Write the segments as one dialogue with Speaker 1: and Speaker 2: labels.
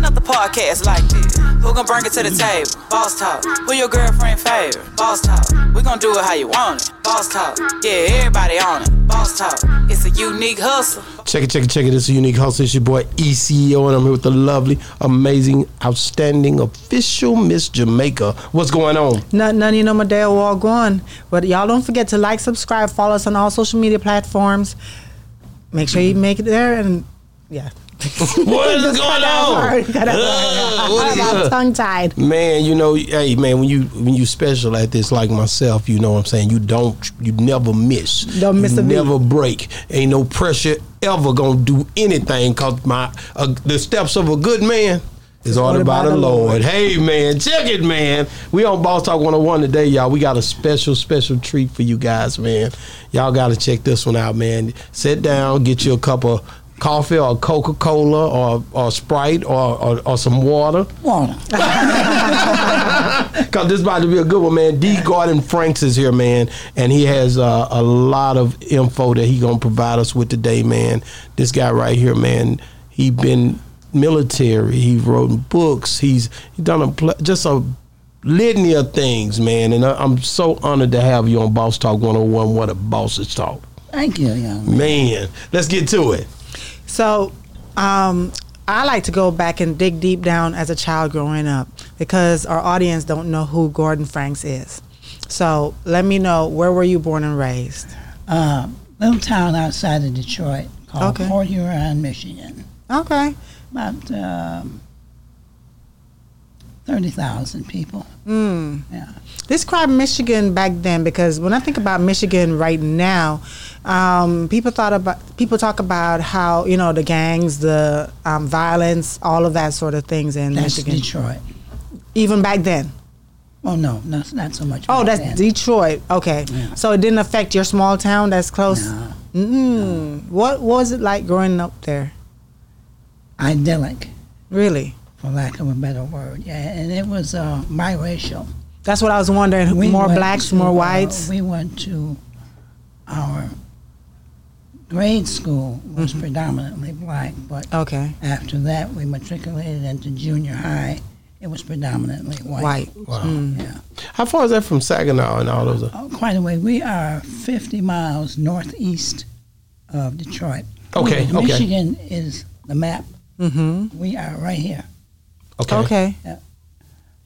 Speaker 1: podcast like this. Who gon' bring it to the table? Boss talk. Who your girlfriend favorite? Boss talk. We gon' do it how you want it. Boss talk. Yeah, everybody on it. Boss talk. It's a unique hustle.
Speaker 2: Check it, check it, check it. This is Unique Hustle. It's your boy E ECEO, and I'm here with the lovely, amazing, outstanding, official Miss Jamaica. What's going on?
Speaker 3: Not none of you know my day all gone. But y'all don't forget to like, subscribe, follow us on all social media platforms. Make sure you make it there and yeah.
Speaker 2: What is
Speaker 3: Just got
Speaker 2: going
Speaker 3: that
Speaker 2: on?
Speaker 3: word, got that
Speaker 2: Ugh,
Speaker 3: word.
Speaker 2: what
Speaker 3: I'm
Speaker 2: is-
Speaker 3: tongue tied.
Speaker 2: Man, you know, hey man, when you when you special at this like myself, you know what I'm saying? You don't you never miss.
Speaker 3: Don't miss
Speaker 2: you
Speaker 3: a beat.
Speaker 2: never break. Ain't no pressure ever gonna do anything cause my uh, the steps of a good man is ordered by, the Lord. Hey man, check it, man. We on Boss Talk 101 today, y'all. We got a special, special treat for you guys, man. Y'all gotta check this one out, man. Sit down, get you a cup of coffee or Coca-Cola or, or Sprite or, or, or some water.
Speaker 1: Wanna.
Speaker 2: Cause this about to be a good one, man. D. Gordon Franks is here, man, and he has uh, a lot of info that he gonna provide us with today, man. This guy right here, man, he been military. He wrote books. He's he done a pl- just a litany of things, man. And I, I'm so honored to have you on Boss Talk 101. What a boss's talk,
Speaker 4: Thank you, young.
Speaker 2: man. Let's get to it.
Speaker 3: So, um, I like to go back and dig deep down as a child growing up because our audience don't know who Gordon Franks is. So, let me know where were you born and raised?
Speaker 4: Uh, little town outside of Detroit called
Speaker 3: Okay.
Speaker 4: Port Huron, Michigan.
Speaker 3: Okay.
Speaker 4: About um, thirty thousand people.
Speaker 3: Hmm.
Speaker 4: Mm. Yeah.
Speaker 3: Describe Michigan back then, because when I think about Michigan right now, um, people thought about people talk about how you know the gangs, the um, violence, all of that sort of things in
Speaker 4: That's
Speaker 3: Michigan,
Speaker 4: Detroit.
Speaker 3: even back then.
Speaker 4: Oh no, not not so much.
Speaker 3: Oh,
Speaker 4: back
Speaker 3: that's
Speaker 4: then.
Speaker 3: Detroit. Okay,
Speaker 4: Yeah.
Speaker 3: so it didn't affect your small town that's close.
Speaker 4: No.
Speaker 3: Mm. What was it like growing up there?
Speaker 4: idyllic,
Speaker 3: Really,
Speaker 4: for lack of a better word. Yeah, and it was uh, biracial.
Speaker 3: that's what I was wondering. more
Speaker 4: went
Speaker 3: blacks,
Speaker 4: to,
Speaker 3: more
Speaker 4: uh,
Speaker 3: whites.
Speaker 4: we went to our grade school was
Speaker 3: Mm-hmm.
Speaker 4: predominantly black, but
Speaker 3: okay,
Speaker 4: After that, we matriculated into junior high. It was predominantly white.
Speaker 3: white. Mm.
Speaker 2: Wow,
Speaker 4: Yeah.
Speaker 2: how far is that from Saginaw and all those? uh,
Speaker 4: Oh, quite a way. We are 50 miles northeast of Detroit.
Speaker 2: Okay, okay.
Speaker 4: Michigan is the map.
Speaker 3: Mm-hmm.
Speaker 4: We are right here,
Speaker 2: Okay, okay,
Speaker 3: Okay.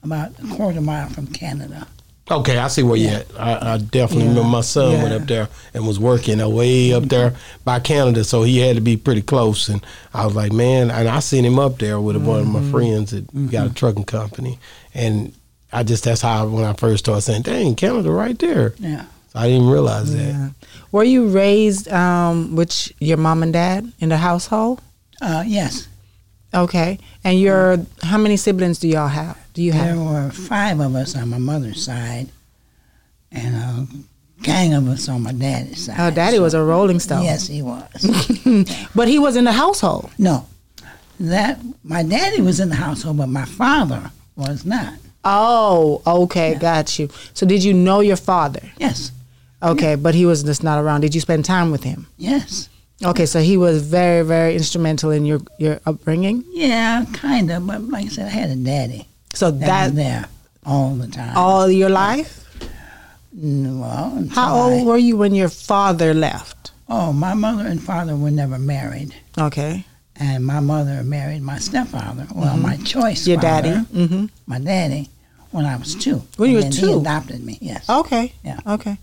Speaker 4: about a quarter mile from Canada.
Speaker 2: I see where you at. I, I definitely
Speaker 3: Yeah.
Speaker 2: remember my son went
Speaker 4: Yeah.
Speaker 2: up there and was working away up there by Canada, so he had to be pretty close. And I was like, man, and I seen him up there with one of
Speaker 3: Mm-hmm.
Speaker 2: my friends that got a trucking company, and I just that's how I, when I first started saying, dang, Canada right there.
Speaker 4: Yeah.
Speaker 2: So I didn't realize that.
Speaker 3: Yeah. Were you raised um, with your mom and dad in the household?
Speaker 4: Uh, yes,
Speaker 3: Okay. And your how many siblings do y'all have? Do you
Speaker 4: there
Speaker 3: have?
Speaker 4: were five of us on my mother's side and a gang of us on my daddy's side.
Speaker 3: Oh, daddy was a Rolling Stone.
Speaker 4: Yes, he was.
Speaker 3: But he was in the household.
Speaker 4: No, that my daddy was in the household, but my father was not.
Speaker 3: Oh, okay, got you. So did you know your father?
Speaker 4: Yes,
Speaker 3: Okay, but he was just not around. Did you spend time with him?
Speaker 4: yes,
Speaker 3: Okay, so he was very, very instrumental in your your upbringing.
Speaker 4: yeah, kind of. But like I said, I had a daddy
Speaker 3: So
Speaker 4: that
Speaker 3: that
Speaker 4: was there all the time.
Speaker 3: all your life.
Speaker 4: Mm, well, until
Speaker 3: How
Speaker 4: I-
Speaker 3: old were you when your father left?
Speaker 4: oh, my mother and father were never married,
Speaker 3: Okay,
Speaker 4: and my mother married my stepfather. Well, my choice.
Speaker 3: Mm-hmm. your
Speaker 4: father,
Speaker 3: daddy. Mm-hmm.
Speaker 4: My daddy. When I was two.
Speaker 3: When you was
Speaker 4: And then
Speaker 3: two? Oh.
Speaker 4: He adopted me. Yes.
Speaker 3: Okay.
Speaker 4: Yeah.
Speaker 3: Okay.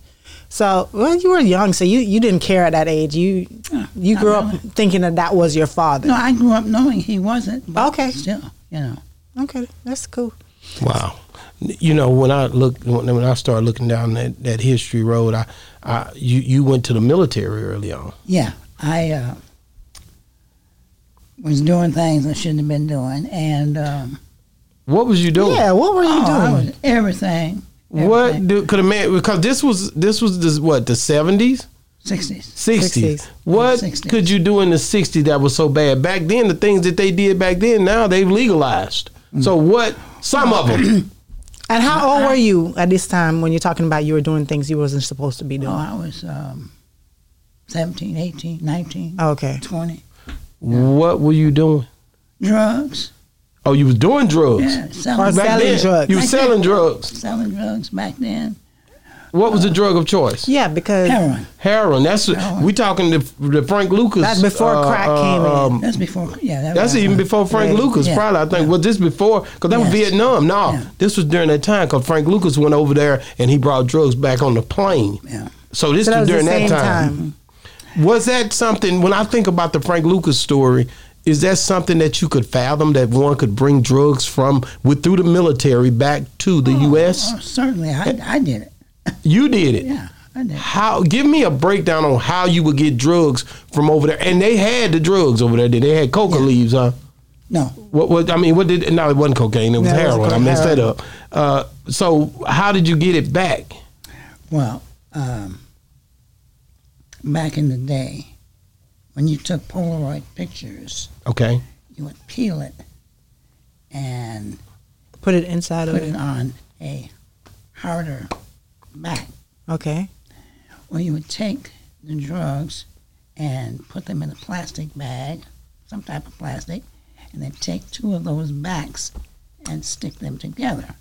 Speaker 3: So, well, you were young, so you, you didn't care at that age. You
Speaker 4: Yeah,
Speaker 3: you
Speaker 4: not
Speaker 3: grew up
Speaker 4: really.
Speaker 3: thinking that that was your father.
Speaker 4: No, I grew up knowing he wasn't. But
Speaker 3: Okay.
Speaker 4: Still, you know.
Speaker 3: Okay, that's cool.
Speaker 2: Wow. You know, when I look when when I started looking down that, that history road, I, I you you went to the military early on.
Speaker 4: Yeah, I uh, was doing things I shouldn't have been doing, and um,
Speaker 2: What was you doing?
Speaker 3: Yeah, what were you
Speaker 4: oh, I
Speaker 3: doing?
Speaker 4: was everything.
Speaker 2: What do, could a man? Because this was this was the, what the seventies,
Speaker 4: Sixties.
Speaker 2: sixties.
Speaker 3: 60s.
Speaker 2: What
Speaker 4: 60s.
Speaker 2: could you do in the sixties that was so bad back then? The things that they did back then, now they've legalized.
Speaker 3: Mm.
Speaker 2: So what? Some of them.
Speaker 3: And how old were you at this time when you're talking about you were doing things you wasn't supposed to be
Speaker 4: No,
Speaker 3: doing?
Speaker 4: I was um, 17, 18, 19,
Speaker 2: Oh.
Speaker 3: Okay.
Speaker 4: 20.
Speaker 2: What were you doing?
Speaker 4: Drugs,
Speaker 2: Oh, you was doing drugs.
Speaker 4: Yeah,
Speaker 3: Or
Speaker 4: selling,
Speaker 2: Back
Speaker 3: selling
Speaker 2: then,
Speaker 3: drugs.
Speaker 2: You was selling drugs.
Speaker 4: selling drugs back then.
Speaker 2: What was the drug of choice?
Speaker 3: Yeah, because
Speaker 4: Heroin.
Speaker 2: Heroin. That's we talking to, to Frank Lucas. uh,
Speaker 3: That's before crack came in.
Speaker 4: That's before. Yeah, that
Speaker 2: That's
Speaker 4: was
Speaker 2: even
Speaker 4: heroin.
Speaker 2: before Frank
Speaker 3: Yeah.
Speaker 2: Lucas,
Speaker 4: Yeah.
Speaker 2: probably. I think was this before because that was
Speaker 4: Yes.
Speaker 2: Vietnam. No,
Speaker 4: Yeah.
Speaker 2: this was during that time because Frank Lucas went over there and he brought drugs back on the plane.
Speaker 4: Yeah.
Speaker 2: So this
Speaker 3: so that
Speaker 2: was
Speaker 3: was
Speaker 2: during
Speaker 3: the same
Speaker 2: that time.
Speaker 3: time.
Speaker 2: Was that something? When I think about the Frank Lucas story, is that something that you could fathom that one could bring drugs from with through the military back to the U.S.?
Speaker 4: Oh, certainly, I, I did it.
Speaker 2: You did it.
Speaker 4: Yeah, I did. it.
Speaker 2: How? Give me a breakdown on how you would get drugs from over there. And they had the drugs over there. Did they had coca leaves? Huh?
Speaker 4: No,
Speaker 2: What, what I mean, what did? No, it wasn't cocaine. It was
Speaker 3: No, it wasn't
Speaker 2: heroin. I messed
Speaker 3: cocaine.
Speaker 2: that up. Uh, so, how did you get it back?
Speaker 4: well, um, back in the day, when you took Polaroid pictures,
Speaker 2: Okay,
Speaker 4: you would peel it and
Speaker 3: Put it inside of
Speaker 4: put it
Speaker 3: it.
Speaker 4: on a harder back,
Speaker 3: Okay.
Speaker 4: or you would take the drugs and put them in a plastic bag, some type of plastic, and then take two of those backs and stick them together,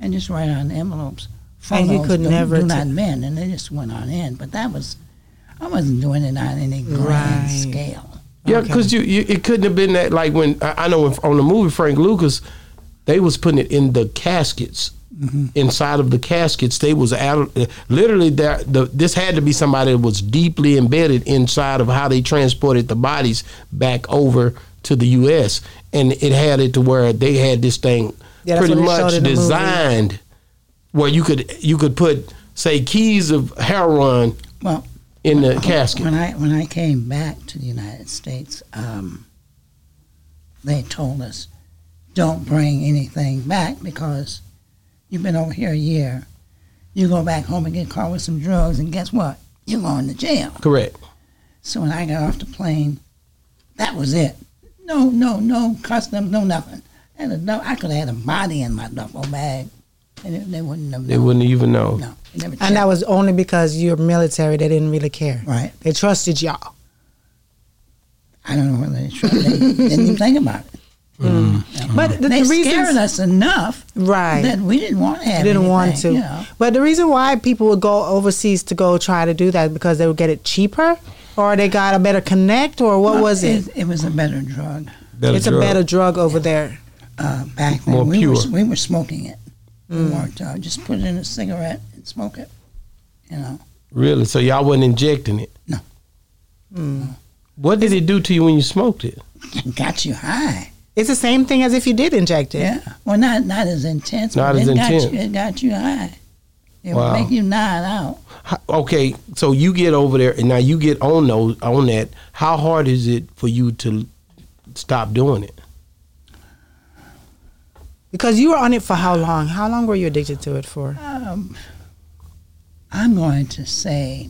Speaker 4: and just write on envelopes.
Speaker 3: And you
Speaker 4: photos,
Speaker 3: could
Speaker 4: do-
Speaker 3: never
Speaker 4: do
Speaker 3: t-
Speaker 4: not mend, and they just went on in. But that was, I wasn't doing it on any grand
Speaker 3: Right.
Speaker 4: scale.
Speaker 2: yeah,
Speaker 3: Okay.
Speaker 2: because you, you it couldn't have been that like when I, I know if, on the movie Frank Lucas, they was putting it in the caskets.
Speaker 3: Mm-hmm.
Speaker 2: Inside of the caskets, they was out. Literally, that the, this had to be somebody that was deeply embedded inside of how they transported the bodies back over to the U.S. And it had it to where they had this thing
Speaker 3: Yeah, that's
Speaker 2: pretty
Speaker 3: what they showed
Speaker 2: much
Speaker 3: in the movie.
Speaker 2: designed where you could you could put say keys of heroin
Speaker 4: Well,
Speaker 2: in the
Speaker 4: Oh,
Speaker 2: casket.
Speaker 4: When I when I came back to the United States, um, they told us, "Don't bring anything back because you've been over here a year. You go back home and get caught with some drugs, and guess what? You're going to jail."
Speaker 2: Correct.
Speaker 4: So when I got off the plane, that was it. No, no, no custom, no nothing. And a, du- I could have had a body in my duffel bag, and it, they wouldn't have known.
Speaker 2: They wouldn't even know.
Speaker 4: No, they never
Speaker 3: And that was only because you're military. They didn't really care.
Speaker 4: right.
Speaker 3: They trusted y'all.
Speaker 4: I don't know whether they tried. They didn't even think about it.
Speaker 3: But the,
Speaker 4: they
Speaker 3: the
Speaker 4: scared
Speaker 3: reason,
Speaker 4: us enough
Speaker 3: right?
Speaker 4: that we didn't want to have
Speaker 3: didn't want to.
Speaker 4: anything, you know.
Speaker 3: But the reason why people would go overseas to go try to do that because they would get it cheaper, or they got a better connect, or what was it?
Speaker 4: It was a better drug
Speaker 2: Better
Speaker 3: it's
Speaker 2: drug.
Speaker 3: a better drug over there.
Speaker 4: uh, back then.
Speaker 2: More
Speaker 4: we,
Speaker 2: pure.
Speaker 4: Were, we were smoking it.
Speaker 3: Mm.
Speaker 4: We weren't, uh, just put it in a cigarette and smoke it. You know,
Speaker 2: Really? So y'all wasn't injecting it?
Speaker 4: No.
Speaker 2: What did it do to you when you smoked it?
Speaker 4: it got you high.
Speaker 3: It's the same thing as if you did inject it.
Speaker 4: Yeah. Well, not not as intense.
Speaker 2: Not
Speaker 4: but
Speaker 2: as
Speaker 4: it Got
Speaker 2: intense.
Speaker 4: you, it got you high. It
Speaker 2: Wow.
Speaker 4: would make you nod out.
Speaker 2: How- Okay, so you get over there, and now you get on those on that. How hard is it for you to stop doing it?
Speaker 3: Because you were on it for how long? How long were you addicted to it for?
Speaker 4: Um, I'm going to say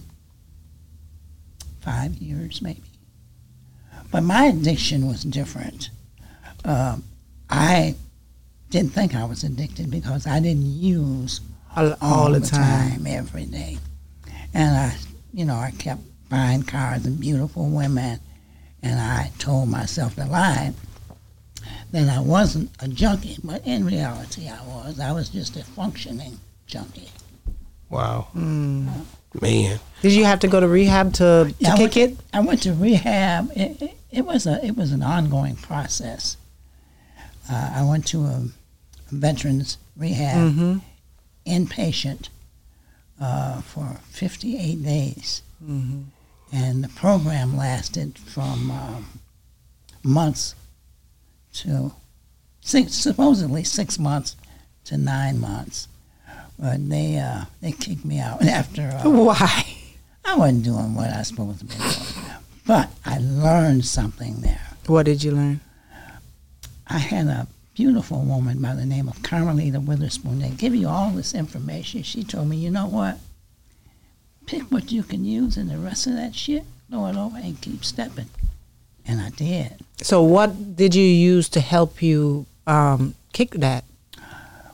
Speaker 4: five years, maybe. But my addiction was different. Um, I didn't think I was addicted because I didn't use
Speaker 3: All, all the, time.
Speaker 4: every day. And I, you know, I kept buying cars and beautiful women, and I told myself the lie that I wasn't a junkie, but in reality, I was. I was just a functioning junkie.
Speaker 2: Wow, man,
Speaker 3: Did you have to go to rehab to, to
Speaker 4: Yeah, I
Speaker 3: kick
Speaker 4: went,
Speaker 3: it?
Speaker 4: I went to rehab. It, it, it was a it was an ongoing process. Uh, I went to a veterans rehab
Speaker 3: Mm-hmm.
Speaker 4: inpatient uh, for 58 days,
Speaker 3: Mm-hmm.
Speaker 4: and the program lasted from um, months to six, supposedly six months to nine months. But they uh, they kicked me out after. Uh,
Speaker 3: Why?
Speaker 4: I wasn't doing what I was supposed to be doing. But I learned something there.
Speaker 3: What did you learn?
Speaker 4: I had a beautiful woman by the name of Carmelita Witherspoon. They give you all this information. She told me, you know what? Pick what you can use and the rest of that shit, throw it over and keep stepping. And I did.
Speaker 3: So, what did you use to help you um, kick that?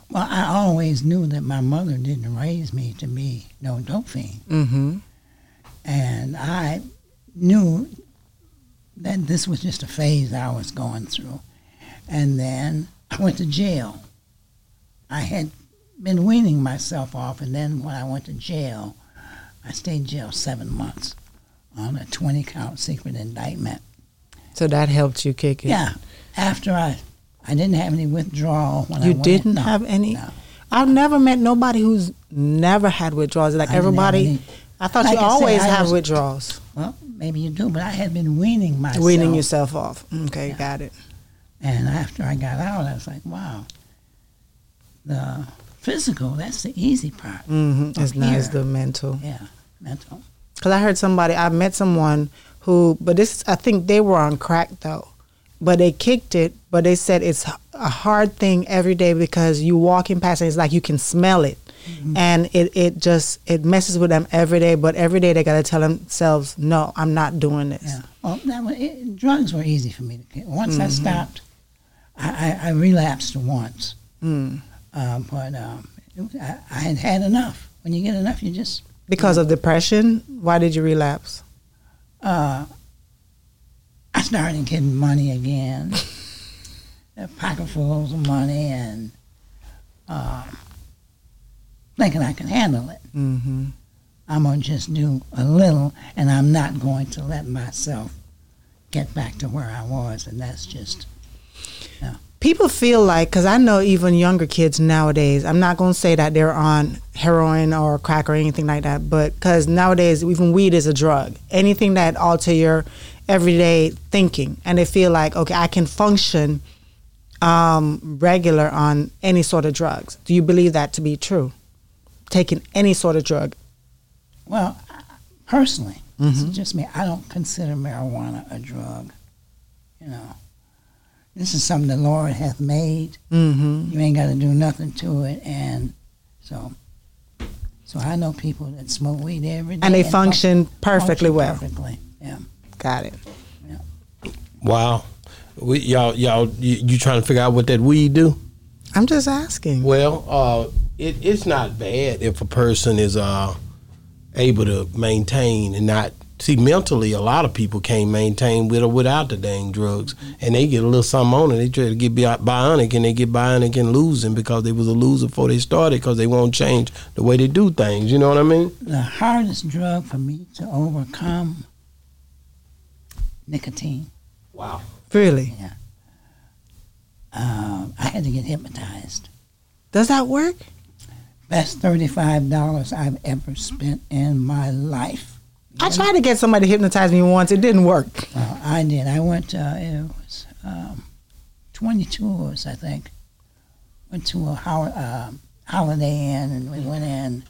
Speaker 4: Well, I always knew that my mother didn't raise me to be no dope fiend.
Speaker 3: Mm-hmm.
Speaker 4: And I knew that this was just a phase I was going through. And then I went to jail. I had been weaning myself off, and then when I went to jail, I stayed in jail seven months on a 20 count secret indictment.
Speaker 3: So that helped you kick it.
Speaker 4: Yeah. After I, I didn't have any withdrawal when I
Speaker 3: You
Speaker 4: went-
Speaker 3: didn't
Speaker 4: no,
Speaker 3: have any.
Speaker 4: no.
Speaker 3: I've never met nobody who's never had withdrawals. Like
Speaker 4: I didn't have
Speaker 3: everybody,
Speaker 4: any.
Speaker 3: I thought you
Speaker 4: Like I said,
Speaker 3: always
Speaker 4: I
Speaker 3: have
Speaker 4: was-
Speaker 3: withdrawals.
Speaker 4: Well, maybe you do, but I had been weaning myself.
Speaker 3: Weaning yourself off. Mm, Okay, got it.
Speaker 4: And after I got out, I was like, wow, the physical, that's the easy part.
Speaker 3: hmm
Speaker 4: Up
Speaker 3: It's not as
Speaker 4: here.
Speaker 3: the mental.
Speaker 4: Yeah, mental.
Speaker 3: Because I heard somebody, I met someone who, but this, I think they were on crack though. But they kicked it, but they said it's a hard thing every day because you walking past and it's like you can smell it. And it, it just, it messes with them every day. But every day they got to tell themselves, no, I'm not doing this.
Speaker 4: Yeah. Well, that was, it, drugs were easy for me to get. Once
Speaker 3: Mm-hmm.
Speaker 4: I stopped, I, I, I relapsed once.
Speaker 3: Mm.
Speaker 4: Um, but um, it- I, I had had enough. When you get enough, you just
Speaker 3: Because of depression, why did you relapse?
Speaker 4: uh, I started getting money again, a pocket fulls of money, and uh, thinking I can handle it.
Speaker 3: Mm-hmm.
Speaker 4: I'm gonna just do a little, and I'm not going to let myself get back to where I was, and that's just
Speaker 3: people feel like because i know even younger kids nowadays i'm not going to say that they're on heroin or crack or anything like that but because nowadays even weed is a drug anything that alter your everyday thinking and they feel like okay i can function um, regular on any sort of drugs do you believe that to be true taking any sort of drug
Speaker 4: Well, I- personally, this
Speaker 3: Mm-hmm.
Speaker 4: is just me. I don't consider marijuana a drug. You know, this is something the Lord hath made.
Speaker 3: mm-hmm.
Speaker 4: You ain't got to do nothing to it, and so, so I know people that smoke weed every day,
Speaker 3: and they
Speaker 4: fun-
Speaker 3: function perfectly
Speaker 4: function
Speaker 3: well
Speaker 4: Perfectly, yeah.
Speaker 3: got it
Speaker 2: Wow. We, y'all, y'all, you, you trying to figure out what that weed do?
Speaker 3: i'm just asking
Speaker 2: Well, uh, it, it's not bad if a person is uh, able to maintain and not see mentally. A lot of people can't maintain with or without the dang drugs, and they get a little something on it. They try to get bi- bionic, and they get bionic and losing because they was a loser before they started because they won't change the way they do things. You know what I mean?
Speaker 4: The hardest drug for me to overcome nicotine.
Speaker 2: Wow.
Speaker 3: really
Speaker 4: Um, I had to get hypnotized.
Speaker 3: does that work
Speaker 4: Best thirty-five dollars I've ever spent in my life.
Speaker 3: i tried to get somebody to hypnotize me once it didn't work
Speaker 4: Well, I did. I went. Uh, it was um, twenty tours, I think. Went to a ho- uh, Holiday Inn, and we went in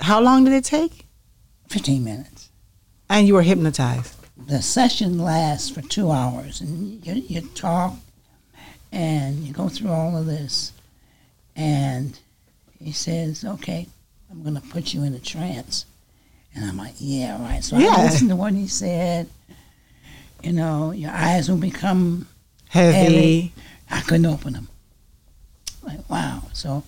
Speaker 3: How long did it take?
Speaker 4: fifteen minutes.
Speaker 3: And you were hypnotized.
Speaker 4: The session lasts for two hours, and you, you talk, and you go through all of this, and he says, "Okay, I'm going to put you in a trance," and I'm like, "Yeah, right." So
Speaker 3: Yeah.
Speaker 4: I listened to what he said. You know, your eyes will become
Speaker 3: Heavy.
Speaker 4: I couldn't open them. Like wow. So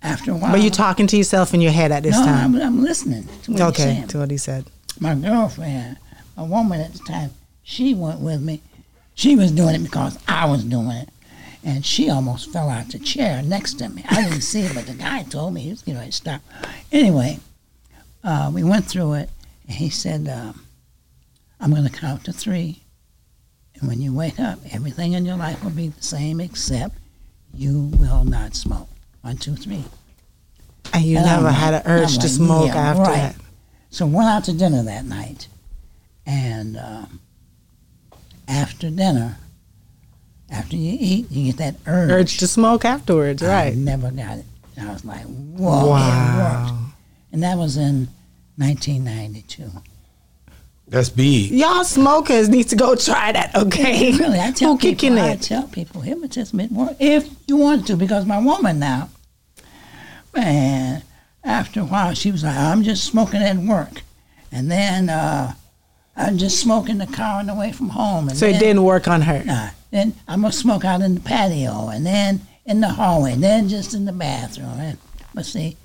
Speaker 4: after a while,
Speaker 3: But you're talking to yourself in your head at this
Speaker 4: no,
Speaker 3: time.
Speaker 4: I'm, I'm listening to what okay.
Speaker 3: Okay,
Speaker 4: saying.
Speaker 3: to what he said.
Speaker 4: My girlfriend, a woman at the time, she went with me. She was doing it because I was doing it, and she almost fell out the chair next to me. I didn't see it, but the guy told me he was going to stop. Anyway, uh, we went through it, and he said, um, "I'm going to count to three, and when you wake up, everything in your life will be the same except you will not smoke." One, two, three.
Speaker 3: And you
Speaker 4: And I'm
Speaker 3: never
Speaker 4: like-
Speaker 3: had an urge to
Speaker 4: I'm like,
Speaker 3: smoke
Speaker 4: yeah,
Speaker 3: after
Speaker 4: right.
Speaker 3: that.
Speaker 4: So went out to dinner that night, and um, after dinner, after you eat, you get that urge.
Speaker 3: Urge to smoke afterwards,
Speaker 4: I
Speaker 3: right.
Speaker 4: never got it. I was like, whoa, it worked. And that was in 1992.
Speaker 2: That's big.
Speaker 3: Y'all smokers need to go try that, okay?
Speaker 4: Really, I tell
Speaker 3: Who kicking
Speaker 4: people, I
Speaker 3: it?
Speaker 4: tell people, hypnotism it works if you want to, because my woman now, man, after a while she was like, I'm just smoking at work, and then uh, I'm just smoking the car on the way from home, and
Speaker 3: So
Speaker 4: then,
Speaker 3: it didn't work on her.
Speaker 4: Nah, then I'm gonna smoke out in the patio, and then in the hallway, and then just in the
Speaker 3: Ah.
Speaker 4: bathroom. And, but see,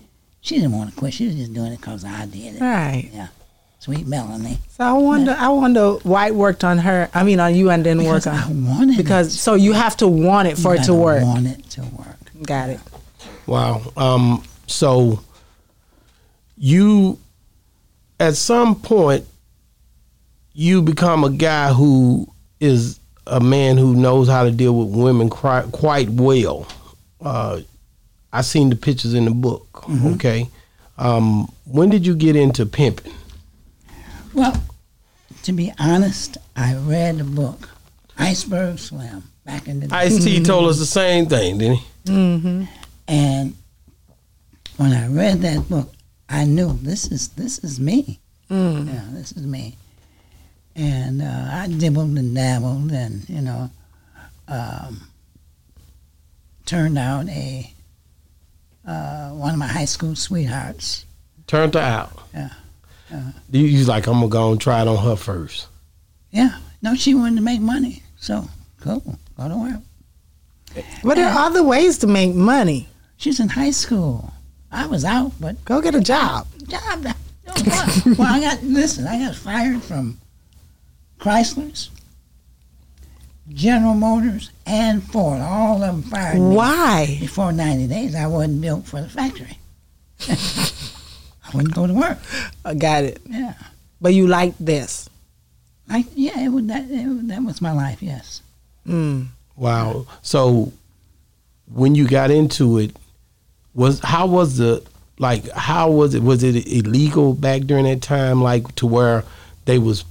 Speaker 4: she didn't want to quit. She was just doing it because I did it.
Speaker 3: Right.
Speaker 4: Yeah. sweet Melanie.
Speaker 3: So I wonder, I wonder why it worked on her. I mean, on you and didn't
Speaker 4: Because
Speaker 3: work
Speaker 4: I
Speaker 3: on
Speaker 4: wanted
Speaker 3: because
Speaker 4: it.
Speaker 3: so you have to want it for
Speaker 4: You
Speaker 3: it to
Speaker 4: gotta
Speaker 3: work.
Speaker 4: Want it to work.
Speaker 3: Got it.
Speaker 2: Wow. Um, so you, at some point, you become a guy who is a man who knows how to deal with women quite, quite well. Uh, I seen the pictures in the book. Okay. Um, when did you get into pimping?
Speaker 4: Well, to be honest, I read a book, Iceberg Slim, back in the day.
Speaker 2: Ice T told us the same thing, didn't he?
Speaker 4: And when I read that book, I knew this is this is me. Yeah, this is me. And uh, I dibbled and dabbled, and you know, um, turned out a uh, one of my high school sweethearts.
Speaker 2: Turned her out.
Speaker 4: Yeah.
Speaker 2: You, you was like, I'm gonna go and try it on her first.
Speaker 4: Yeah, no, she wanted to make money, so cool, go to work.
Speaker 3: But there are other ways to make money.
Speaker 4: She's in high school. I was out, but
Speaker 3: Go get a job.
Speaker 4: job. that- you know what? well, I got listen. I got fired from Chrysler's, General Motors, and Ford. All of them fired me.
Speaker 3: Why?
Speaker 4: Before ninety days, I wasn't built for the factory. I wouldn't go to work.
Speaker 3: I got it.
Speaker 4: Yeah,
Speaker 3: But you like this.
Speaker 4: I, yeah. It was that. It, was- that was my life. Yes.
Speaker 3: Mm.
Speaker 2: Wow. So when you got into it, was how was the like how was it was it illegal back during that time like to where they was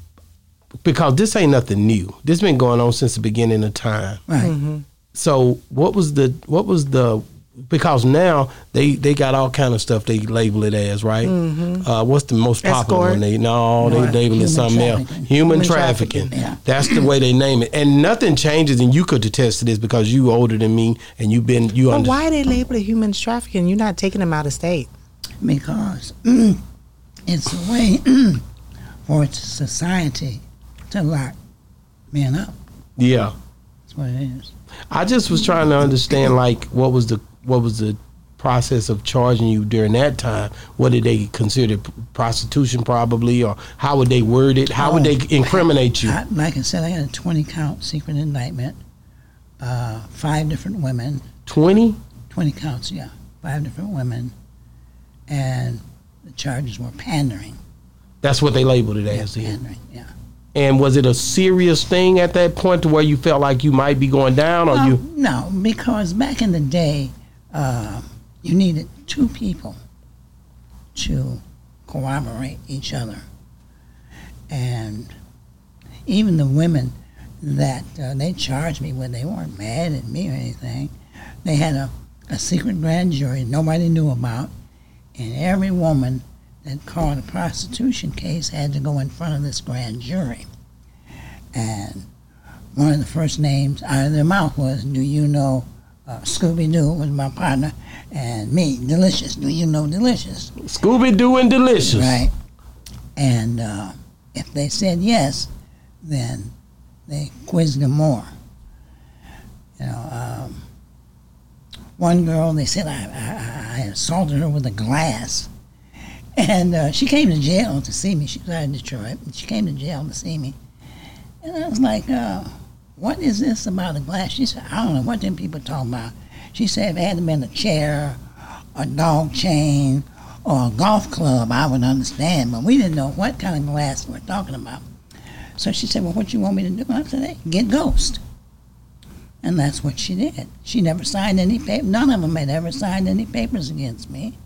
Speaker 2: because this ain't nothing new. This been going on since the beginning of time.
Speaker 4: Right.
Speaker 2: So what was the what was the because now they they got all kind of stuff they label it as right. Uh, what's the most popular
Speaker 3: Escort?
Speaker 2: one? They no,
Speaker 4: No,
Speaker 2: they label it
Speaker 4: Mm-hmm. human
Speaker 2: something else.
Speaker 4: trafficking.
Speaker 2: Human,
Speaker 3: Human
Speaker 2: trafficking.
Speaker 4: trafficking, yeah.
Speaker 2: That's the way they name it, and nothing changes. And you could attest to this because you older than me, and you've been you
Speaker 3: But
Speaker 2: under.
Speaker 3: why they label it human trafficking? You're not taking them out of state.
Speaker 4: because it's a way for society to lock men up.
Speaker 2: Yeah,
Speaker 4: That's what it is.
Speaker 2: I just was trying to understand like what was the what was the process of charging you during that time what did they consider prostitution probably or how would they word it how would
Speaker 4: Oh.
Speaker 2: they incriminate you
Speaker 4: I, like I said, I got a 20 count secret indictment. Uh, five different women,
Speaker 2: 20
Speaker 4: 20 counts, yeah, five different women, and the charges were pandering.
Speaker 2: That's what they labeled it as
Speaker 4: yeah,
Speaker 2: then.
Speaker 4: pandering, yeah.
Speaker 2: And was it a serious thing at that point to where you felt like you might be going down or
Speaker 4: Well,
Speaker 2: you
Speaker 4: No, because back in the day, uh, you needed two people to corroborate each other. And even the women that uh, they charged me with, they weren't mad at me or anything. They had a, a secret grand jury nobody knew about, and every woman that called a prostitution case had to go in front of this grand jury. And one of the first names out of their mouth was, "Do you know uh, Scooby Doo was my partner, and me, Delicious. Do you know Delicious?"
Speaker 2: Scooby Doo and Delicious?
Speaker 4: Right. And uh, if they said yes, then they quizzed them more. You know, um, one girl they said I, I, I assaulted her with a glass, and uh, she came to jail to see me. She was out of Detroit, and she came to jail to see me, and I was like, uh, "What is this about a glass?" She said, "I don't know what them people talking about." She said, "If it hadn't been a chair, a dog chain, or a golf club, I would understand, but we didn't know what kind of glass we're talking about. So she said, Well, what you want me to do? I said, hey, Get Ghost. And that's what she did. She never signed any paper. None of them had ever signed any papers against me.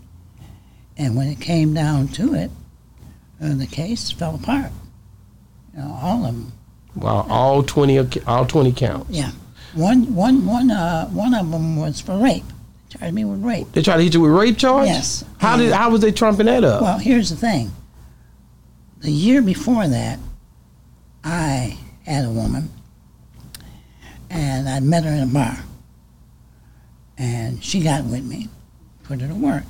Speaker 4: And when it came down to it, uh, the case fell apart. You know, all of them.
Speaker 2: Wow, all 20 ac- all 20 counts.
Speaker 4: Yeah. One, one, one, uh, one of them was for rape. Charged me with rape.
Speaker 2: They tried to hit you with rape charge?
Speaker 4: Yes.
Speaker 2: How did how was they trumping that up?
Speaker 4: Well, here's the thing. The year before that, I had a woman, and I met her in a bar, and she got with me, put her to work,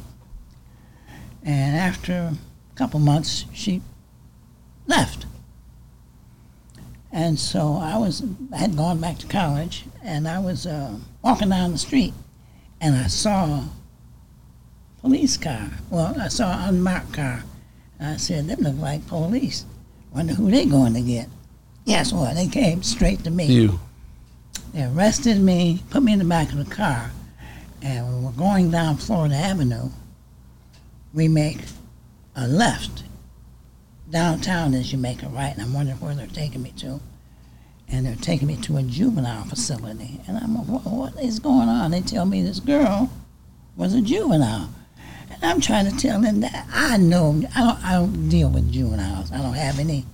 Speaker 4: and after a couple months, she left. And so I was I had gone back to college, and I was uh, walking down the street, and I saw police car. Well, I saw an unmarked car. I said, them look like police. Wonder who they going to get. Guess what? They came straight to me.
Speaker 2: You.
Speaker 4: They arrested me, put me in the back of the car, and when we're going down Florida Avenue, we make a left. Downtown is you make a right, and I'm wondering where they're taking me to. And they're taking me to a juvenile facility. And I'm like, "Wha- what is going on? They tell me this girl was a juvenile. And I'm trying to tell them that I know, I don't, I don't deal with juveniles. I don't have any,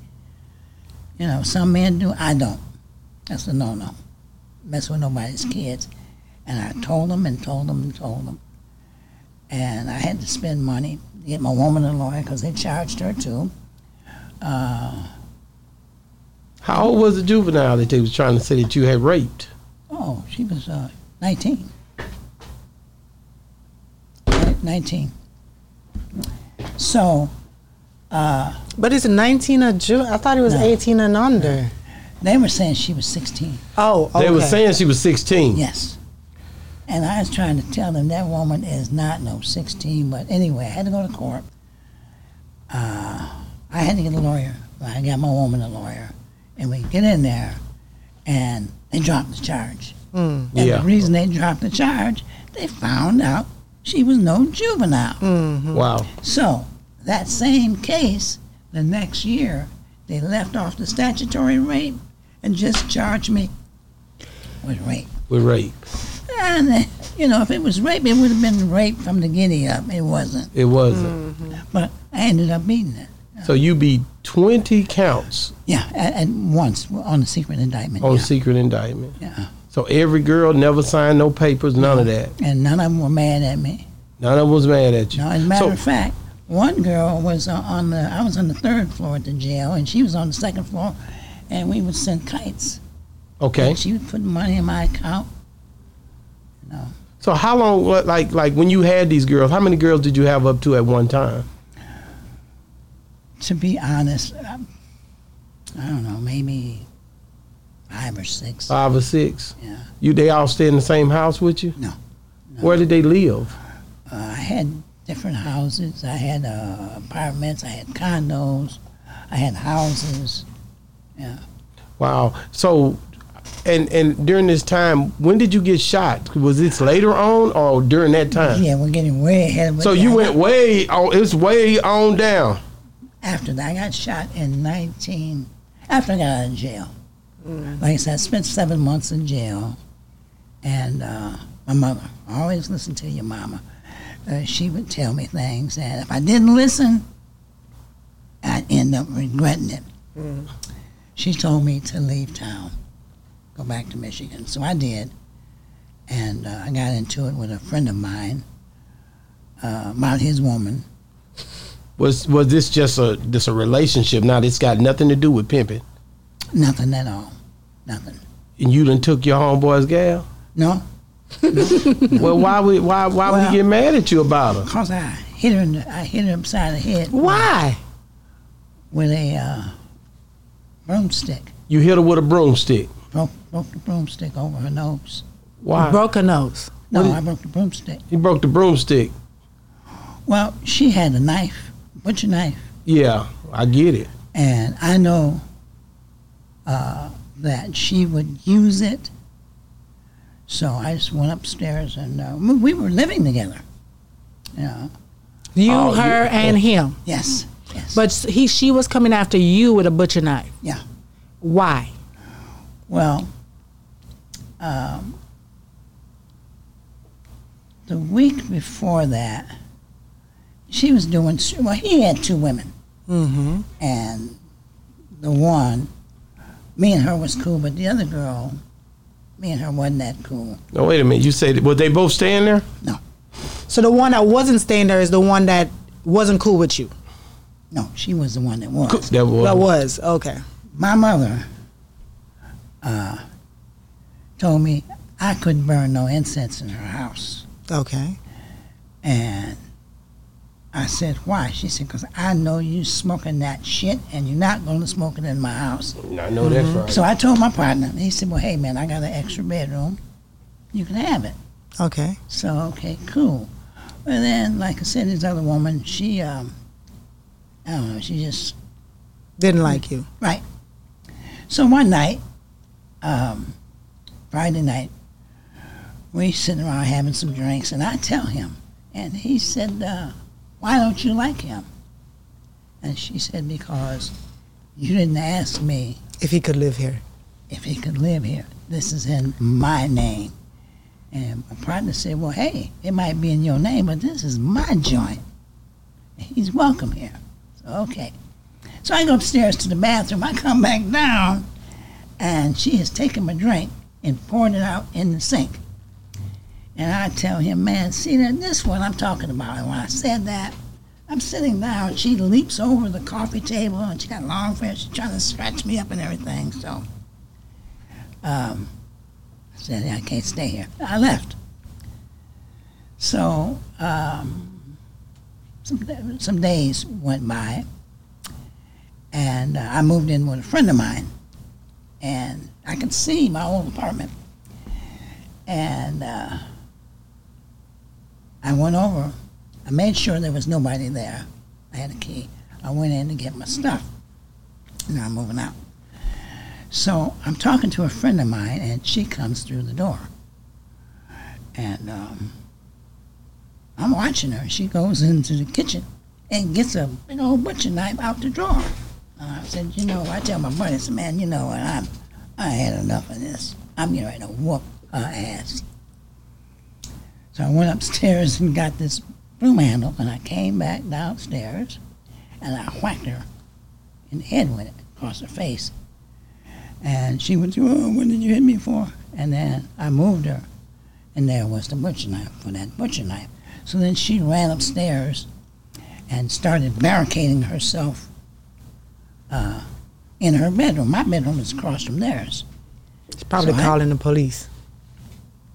Speaker 4: you know, some men do, I don't. That's a no-no mess with nobody's kids. And I told them and told them and told them. And I had to spend money, to get my woman a lawyer because they charged her too. Uh,
Speaker 2: How old was the juvenile that they was trying to say that you had raped?
Speaker 4: Oh, she was uh, 19. Ni- 19. So
Speaker 3: But it's 19 of June. I thought it was
Speaker 4: No.
Speaker 3: 18 and under.
Speaker 4: they were saying she was 16.
Speaker 3: Oh, okay.
Speaker 2: They were saying she was 16.
Speaker 4: Yes. And I was trying to tell them that woman is not no 16, but anyway, I had to go to court. Uh, I had to get a lawyer. I got my woman a lawyer. And we get in there, and they dropped the charge. And
Speaker 2: Yeah.
Speaker 4: the reason they dropped the charge, they found out she was no juvenile.
Speaker 2: Wow.
Speaker 4: So, that same case, the next year, they left off the statutory rape and just charged me with rape.
Speaker 2: With rape.
Speaker 4: And, uh, you know, if it was rape, it would have been rape from the giddy up. It wasn't.
Speaker 2: It wasn't.
Speaker 4: But I ended up beating it.
Speaker 2: So you beat 20 counts
Speaker 4: Yeah, at, at once on a secret indictment.
Speaker 2: on
Speaker 4: yeah.
Speaker 2: secret indictment.
Speaker 4: yeah.
Speaker 2: So every girl never signed no papers, none of that.
Speaker 4: And none of them were mad at me.
Speaker 2: None of them was mad at you.
Speaker 4: No, as a matter
Speaker 2: so,
Speaker 4: of fact, one girl was uh, on the, I was on the third floor at the jail, and she was on the second floor, and we would send kites.
Speaker 2: okay.
Speaker 4: And she would put money in my account. No.
Speaker 2: So how long, what- like, like when you had these girls, how many girls did you have up to at one time?
Speaker 4: To be honest, I, I don't know, maybe five or six.
Speaker 2: Five or six?
Speaker 4: Yeah.
Speaker 2: You, they all stay in the same house with you?
Speaker 4: No.
Speaker 2: Where did they live?
Speaker 4: Uh, I had different houses. I had uh, apartments. I had condos. I had houses.
Speaker 2: Wow. So, and and during this time, when did you get shot? Was this later on or during that time?
Speaker 4: Yeah, we're getting way ahead of it.
Speaker 2: So you
Speaker 4: I
Speaker 2: went
Speaker 4: got-
Speaker 2: way on. It's way on down.
Speaker 4: after that. I got shot in 19. After I got out of jail. Like I said, I spent seven months in jail. And uh, my mother, I always listen to your mama. Uh, she would tell me things, and if I didn't listen, I'd end up regretting it. She told me to leave town, go back to Michigan. So I did. And uh, I got into it with a friend of mine uh, about his woman.
Speaker 2: Was was this just a this a relationship? Now it's got nothing to do with pimping.
Speaker 4: Nothing at all. Nothing.
Speaker 2: And you done took your homeboy's gal.
Speaker 4: No,
Speaker 2: Well, why would why why would
Speaker 4: Well-
Speaker 2: he get mad at you about her?
Speaker 4: cause I hit her. In the, I hit her upside the head
Speaker 3: Why?
Speaker 4: with a uh, broomstick.
Speaker 2: You hit her with a broomstick.
Speaker 4: Broke, broke the broomstick over her nose.
Speaker 2: Why?
Speaker 3: Broke a nose.
Speaker 4: No, I broke the broomstick.
Speaker 2: he broke the broomstick.
Speaker 4: Well, she had a knife, butcher knife,
Speaker 2: Yeah, I get it.
Speaker 4: and I know uh, that she would use it. So I just went upstairs, and uh, we we were living together. Yeah.
Speaker 3: You,
Speaker 2: Oh, you-
Speaker 3: her, and him.
Speaker 4: Yes. Yes.
Speaker 3: But he, she was coming after you with a butcher knife.
Speaker 4: yeah.
Speaker 3: Why?
Speaker 4: Well, um, the week before that, she was doing, s- well, he had two women. Mm-hmm. And the one, me and her was cool, but the other girl, me and her wasn't that cool.
Speaker 2: No, wait a minute. You said were they both staying there?
Speaker 4: No,
Speaker 3: So the one that wasn't staying there is the one that wasn't cool with you.
Speaker 4: no, she was the one that was.
Speaker 2: That was.
Speaker 3: that was okay.
Speaker 4: My mother uh, told me I couldn't burn no incense in her house.
Speaker 3: Okay.
Speaker 4: And I said, why? She said, because I know you smoking that shit and you're not going to smoke it in my house.
Speaker 2: I know that's right.
Speaker 4: So I told my partner, and he said, well, hey, man, I got an extra bedroom. You can have it.
Speaker 3: Okay.
Speaker 4: So, okay, cool. Well, then, like I said, this other woman, she um, I don't know. She just
Speaker 3: Didn't like you.
Speaker 4: right. So one night, um, Friday night, we sitting around having some drinks, and I tell him, and he said, uh, "Why don't you like him?" And she said, "Because you didn't ask me
Speaker 3: If he could live here.
Speaker 4: if he could live here. This is in my name." And my partner said, "Well, hey, it might be in your name, but this is my joint. He's welcome here." So okay. So I go upstairs to the bathroom. I come back down, and she has taken my drink and poured it out in the sink. And I tell him, man, see that this one I'm talking about. And when I said that, I'm sitting down. She leaps over the coffee table, and she got long fingers. She's trying to scratch me up and everything. So um, I Um, said, I can't stay here. I left. So um, some, some days went by and uh, I moved in with a friend of mine, and I could see my old apartment. And uh, I went over. I made sure there was nobody there. I had a key. I went in to get my stuff, and I'm moving out. So I'm talking to a friend of mine, and she comes through the door, and um, I'm watching her. She goes into the kitchen and gets a big old butcher knife out the drawer. And I said, you know, I tell my buddy, I said, man, you know what, I'm, I had enough of this. I'm getting ready to whoop her ass. So I went upstairs and got this broom handle, and I came back downstairs, and I whacked her in the head with it across her face. And she went, oh, what did you hit me for? And then I moved her, and there was the butcher knife for that butcher knife. So then she ran upstairs and started barricading herself uh, in her bedroom. My bedroom is across from theirs.
Speaker 3: He's probably
Speaker 4: So I-
Speaker 3: calling the police.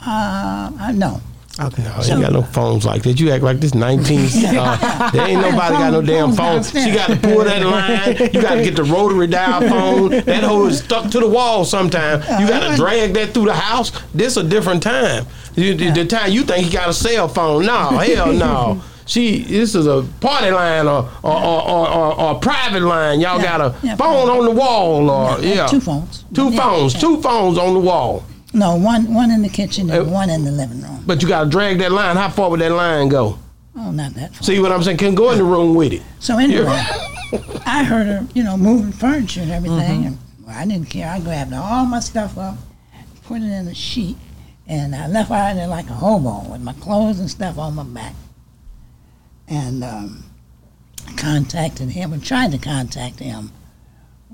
Speaker 4: Uh, I know.
Speaker 3: Okay.
Speaker 2: No, Oh, you got no phones like that. You act like this 19. Uh, there ain't nobody got no damn phone. She got to pull that line. You got to get the rotary dial phone. That hole is stuck to the wall sometime. You got to drag that through the house. This a different time. You, the- The time you think you got a cell phone. No, hell no. She, this is a party line or or, or, or, or, or a private line. Y'all
Speaker 4: Yeah,
Speaker 2: got a
Speaker 4: yeah,
Speaker 2: phone
Speaker 4: private.
Speaker 2: on the wall or
Speaker 4: Yeah,
Speaker 2: yeah,
Speaker 4: two phones.
Speaker 2: two
Speaker 4: Yeah,
Speaker 2: phones,
Speaker 4: yeah.
Speaker 2: two phones on the wall.
Speaker 4: No, one one in the kitchen and
Speaker 2: Uh,
Speaker 4: one in the living room.
Speaker 2: But you got to drag that line. How far would that line go?
Speaker 4: Oh, not that far.
Speaker 2: See what I'm saying? Can go in the room with it.
Speaker 4: So anyway, I heard her, you know, moving furniture and everything. And well, I didn't care. I grabbed all my stuff up, put it in a sheet, and I left out there like a hobo with my clothes and stuff on my back. And um, I contacted him and tried to contact him.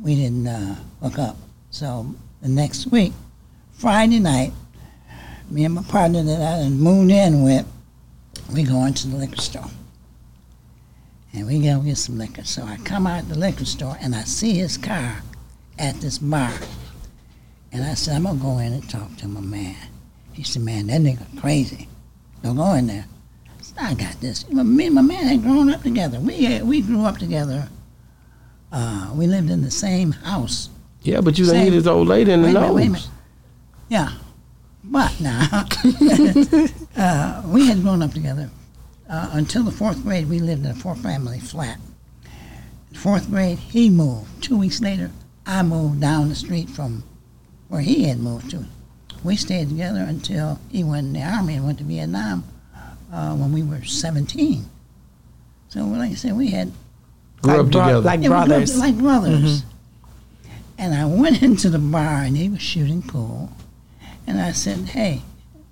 Speaker 4: We didn't uh, hook up. So the next week, Friday night, me and my partner that I had mooned in with, we going to the liquor store and we go get some liquor. So I come out the liquor store and I see his car at this bar. And I said, I'm gonna go in and talk to my man. He said, Man, that nigga crazy. Don't go in there. I said, I got this. Me and my man had grown up together. We we grew up together. Uh, we lived in the same house.
Speaker 2: Yeah, but you
Speaker 4: Same.
Speaker 2: didn't need this old lady in the
Speaker 4: Wait a minute,
Speaker 2: nose.
Speaker 4: wait a minute. Yeah. But now, uh, we had grown up together. Uh, until the fourth grade, we lived in a four family flat. Fourth grade, he moved. Two weeks later, I moved down the street from where he had moved to. We stayed together until he went in the Army and went to Vietnam uh, when we were 17. So, like I said, we had
Speaker 2: Grew
Speaker 3: Like
Speaker 2: up
Speaker 3: bro-
Speaker 2: together.
Speaker 3: like-
Speaker 4: yeah, we grew up
Speaker 3: brothers. Mm-hmm.
Speaker 4: Like brothers. And I went into the bar and he was shooting pool. And I said, hey,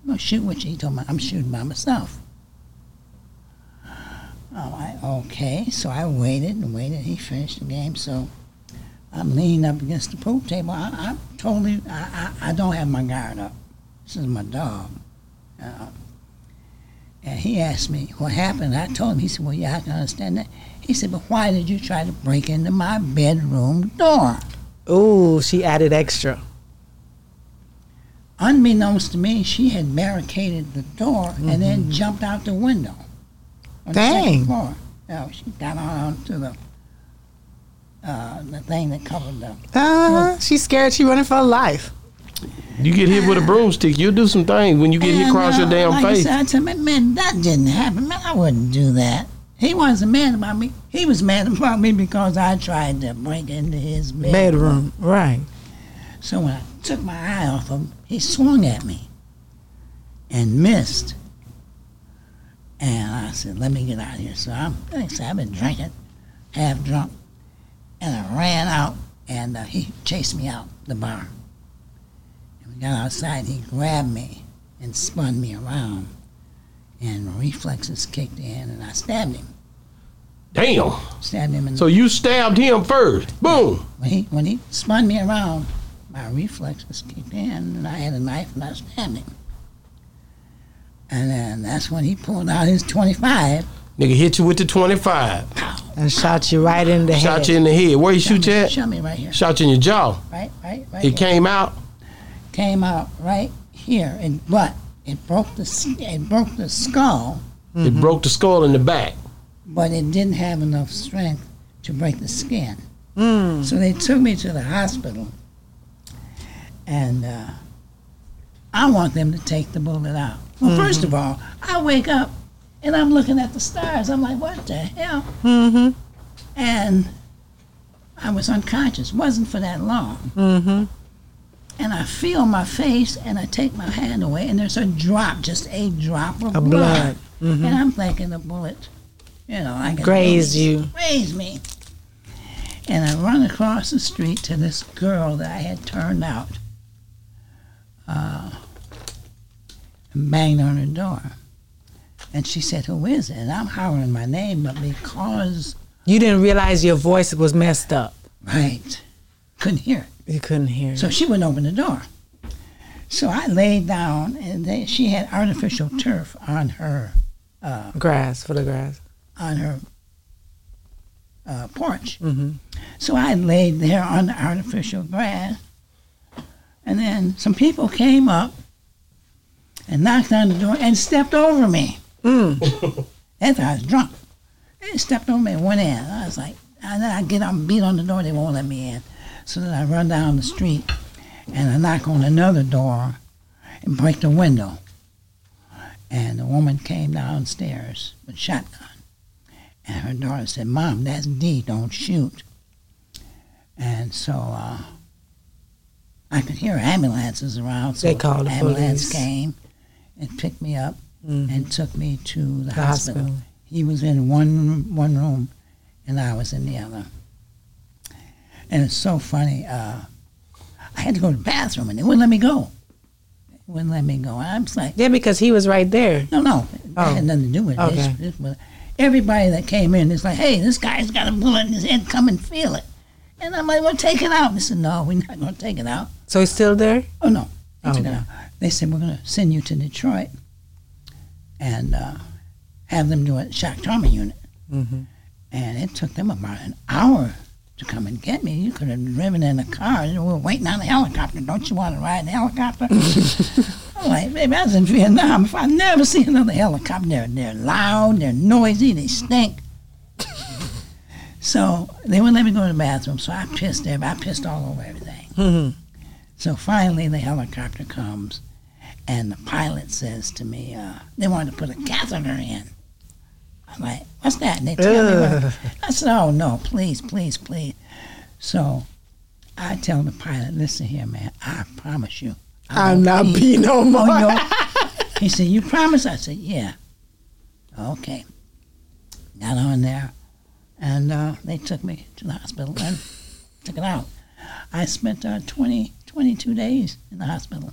Speaker 4: I'm going to shoot with you. He told me, I'm shooting by myself. Oh, I, okay. So I waited and waited. He finished the game. So I'm leaning up against the pool table. I, I'm totally, I, I, I don't have my guard up. This is my dog. Uh, and he asked me what happened. I told him, he said, well, yeah, I can understand that. He said, but why did you try to break into my bedroom door?
Speaker 3: Ooh, she added extra.
Speaker 4: Unbeknownst to me, she had barricaded the door and then jumped out the window. On The
Speaker 3: Dang.
Speaker 4: second floor. No, she got on to the, uh, the thing that covered the.
Speaker 3: Uh, she's scared. She running for her life.
Speaker 2: you get hit with a broomstick, you'll do some things when you get hit
Speaker 4: And,
Speaker 2: across
Speaker 4: uh,
Speaker 2: your damn
Speaker 4: like I
Speaker 2: face.
Speaker 4: said, I said, man, that didn't happen. Man, I wouldn't do that. He wasn't mad about me. He was mad about me because I tried to break into his bedroom.
Speaker 3: Bedroom, right?
Speaker 4: So when I took my eye off him, he swung at me and missed. And I said, let me get out of here. So I'm, like I said, I've been drinking, half drunk. And I ran out, and uh, he chased me out the bar. And we got outside, he grabbed me and spun me around. And reflexes kicked in, and I stabbed him.
Speaker 2: Damn.
Speaker 4: Stabbed him in
Speaker 2: So you stabbed him first. Boom.
Speaker 4: when he when he spun me around, my reflexes kicked in, and I had a knife and I stabbed him. And then that's when he pulled out his twenty-five.
Speaker 2: Nigga hit you with the 25.
Speaker 3: And shot you right in the head.
Speaker 2: Shot you in the head. Where you shoot you
Speaker 4: me,
Speaker 2: at?
Speaker 4: shot me right here,
Speaker 2: Shot you in your jaw.
Speaker 4: right, right, right.
Speaker 2: It
Speaker 4: here.
Speaker 2: came out.
Speaker 4: Came out right here, and but it broke the s- it broke the skull,
Speaker 2: It broke the skull in the back.
Speaker 4: but it didn't have enough strength to break the skin. So they took me to the hospital, and uh, I want them to take the bullet out. Well, first of all, I wake up and I'm looking at the stars. I'm like, what the hell? Mm-hmm. And I was unconscious. wasn't for that long. Mm-hmm. And I feel my face, and I take my hand away, and there's a drop, just a drop of
Speaker 3: Of
Speaker 4: blood.
Speaker 3: blood.
Speaker 4: And I'm thinking the bullet, you know, I got
Speaker 3: Mm-hmm. Grazed you.
Speaker 4: grazed me. And I run across the street to this girl that I had turned out. and banged on her door. And she said, Who is it? And I'm hollering my name, but because,
Speaker 3: You didn't realize your voice was messed up.
Speaker 4: right, couldn't hear it.
Speaker 3: You couldn't hear. it.
Speaker 4: So she wouldn't open the door. So I laid down, and they, she had artificial turf on her
Speaker 3: grass for the grass.
Speaker 4: on her uh, porch. So I laid there on the artificial grass, and then some people came up and knocked on the door and stepped over me.
Speaker 3: Hmm.
Speaker 4: Mm. After I was drunk, they stepped over me and went in. I was like, and then I get up and beat on the door. They won't let me in. So then I run down the street and I knock on another door and break the window. And the woman came downstairs with a shotgun. And her daughter said, Mom, that's D, don't shoot. And so uh, I could hear ambulances around. So
Speaker 3: They called the
Speaker 4: ambulance
Speaker 3: police.
Speaker 4: came and picked me up and took me to the, hospital.
Speaker 3: Mm-hmm. hospital.
Speaker 4: He was in one one room and I was in the other. And it's so funny. Uh, I had to go to the bathroom and they wouldn't let me go. They wouldn't let me go. I'm just like,
Speaker 3: Yeah, because he was right there.
Speaker 4: no, no, it
Speaker 3: Oh.
Speaker 4: had nothing to do with it. This,
Speaker 3: Okay.
Speaker 4: this was- everybody that came in is like, hey, this guy's got a bullet in his head. Come and feel it. And I'm like, well, take it out. They said, no, we're not going to take it out.
Speaker 3: So he's still there?
Speaker 4: Oh no, they took it
Speaker 3: Okay.
Speaker 4: out. They said we're going to send you to Detroit and uh, have them do a shock trauma unit. And it took them about an hour to come and get me. You could have driven in a car. They were waiting on a helicopter. Don't you want to ride in a helicopter? I'm like, baby, I was in Vietnam. If I never see another helicopter, they're, they're loud, they're noisy, they stink. so they wouldn't let me go to the bathroom. So I pissed there. I pissed all over everything. So finally, the helicopter comes, and the pilot says to me, uh, "They wanted to put a catheter in." I'm like, "What's that?" And they tell me, what- I said, "Oh no, please, please, please." So I tell the pilot, "Listen here, man. I promise you, I
Speaker 3: I'm not being no
Speaker 4: Oh,
Speaker 3: more.
Speaker 4: no. he said, You promise? I said, Yeah. Okay. Got on there, and uh, they took me to the hospital and took it out. I spent uh, 20, 22 days in the hospital.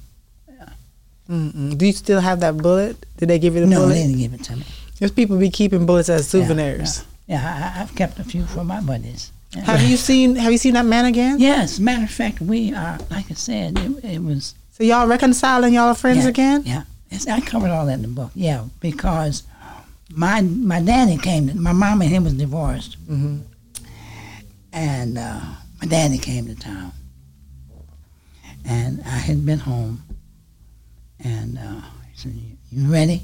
Speaker 3: Mm, Do you still have that bullet? Did they give you the
Speaker 4: No,
Speaker 3: bullet?
Speaker 4: they didn't give it to me.
Speaker 3: There's people be keeping bullets as
Speaker 4: Yeah,
Speaker 3: souvenirs.
Speaker 4: Yeah, yeah, I, I've kept a few for my buddies. Yeah.
Speaker 3: Have you seen Have you seen that man again?
Speaker 4: Yes, matter of fact, we are, like I said, it, it was
Speaker 3: So y'all reconciling y'all friends
Speaker 4: yeah,
Speaker 3: again?
Speaker 4: Yeah, It's- I covered all that in the book. Yeah, because my my daddy came. To, my mom and him was divorced,
Speaker 3: Mm-hmm.
Speaker 4: and uh, my daddy came to town, and I had been home, and uh, he said, "You- "You ready?"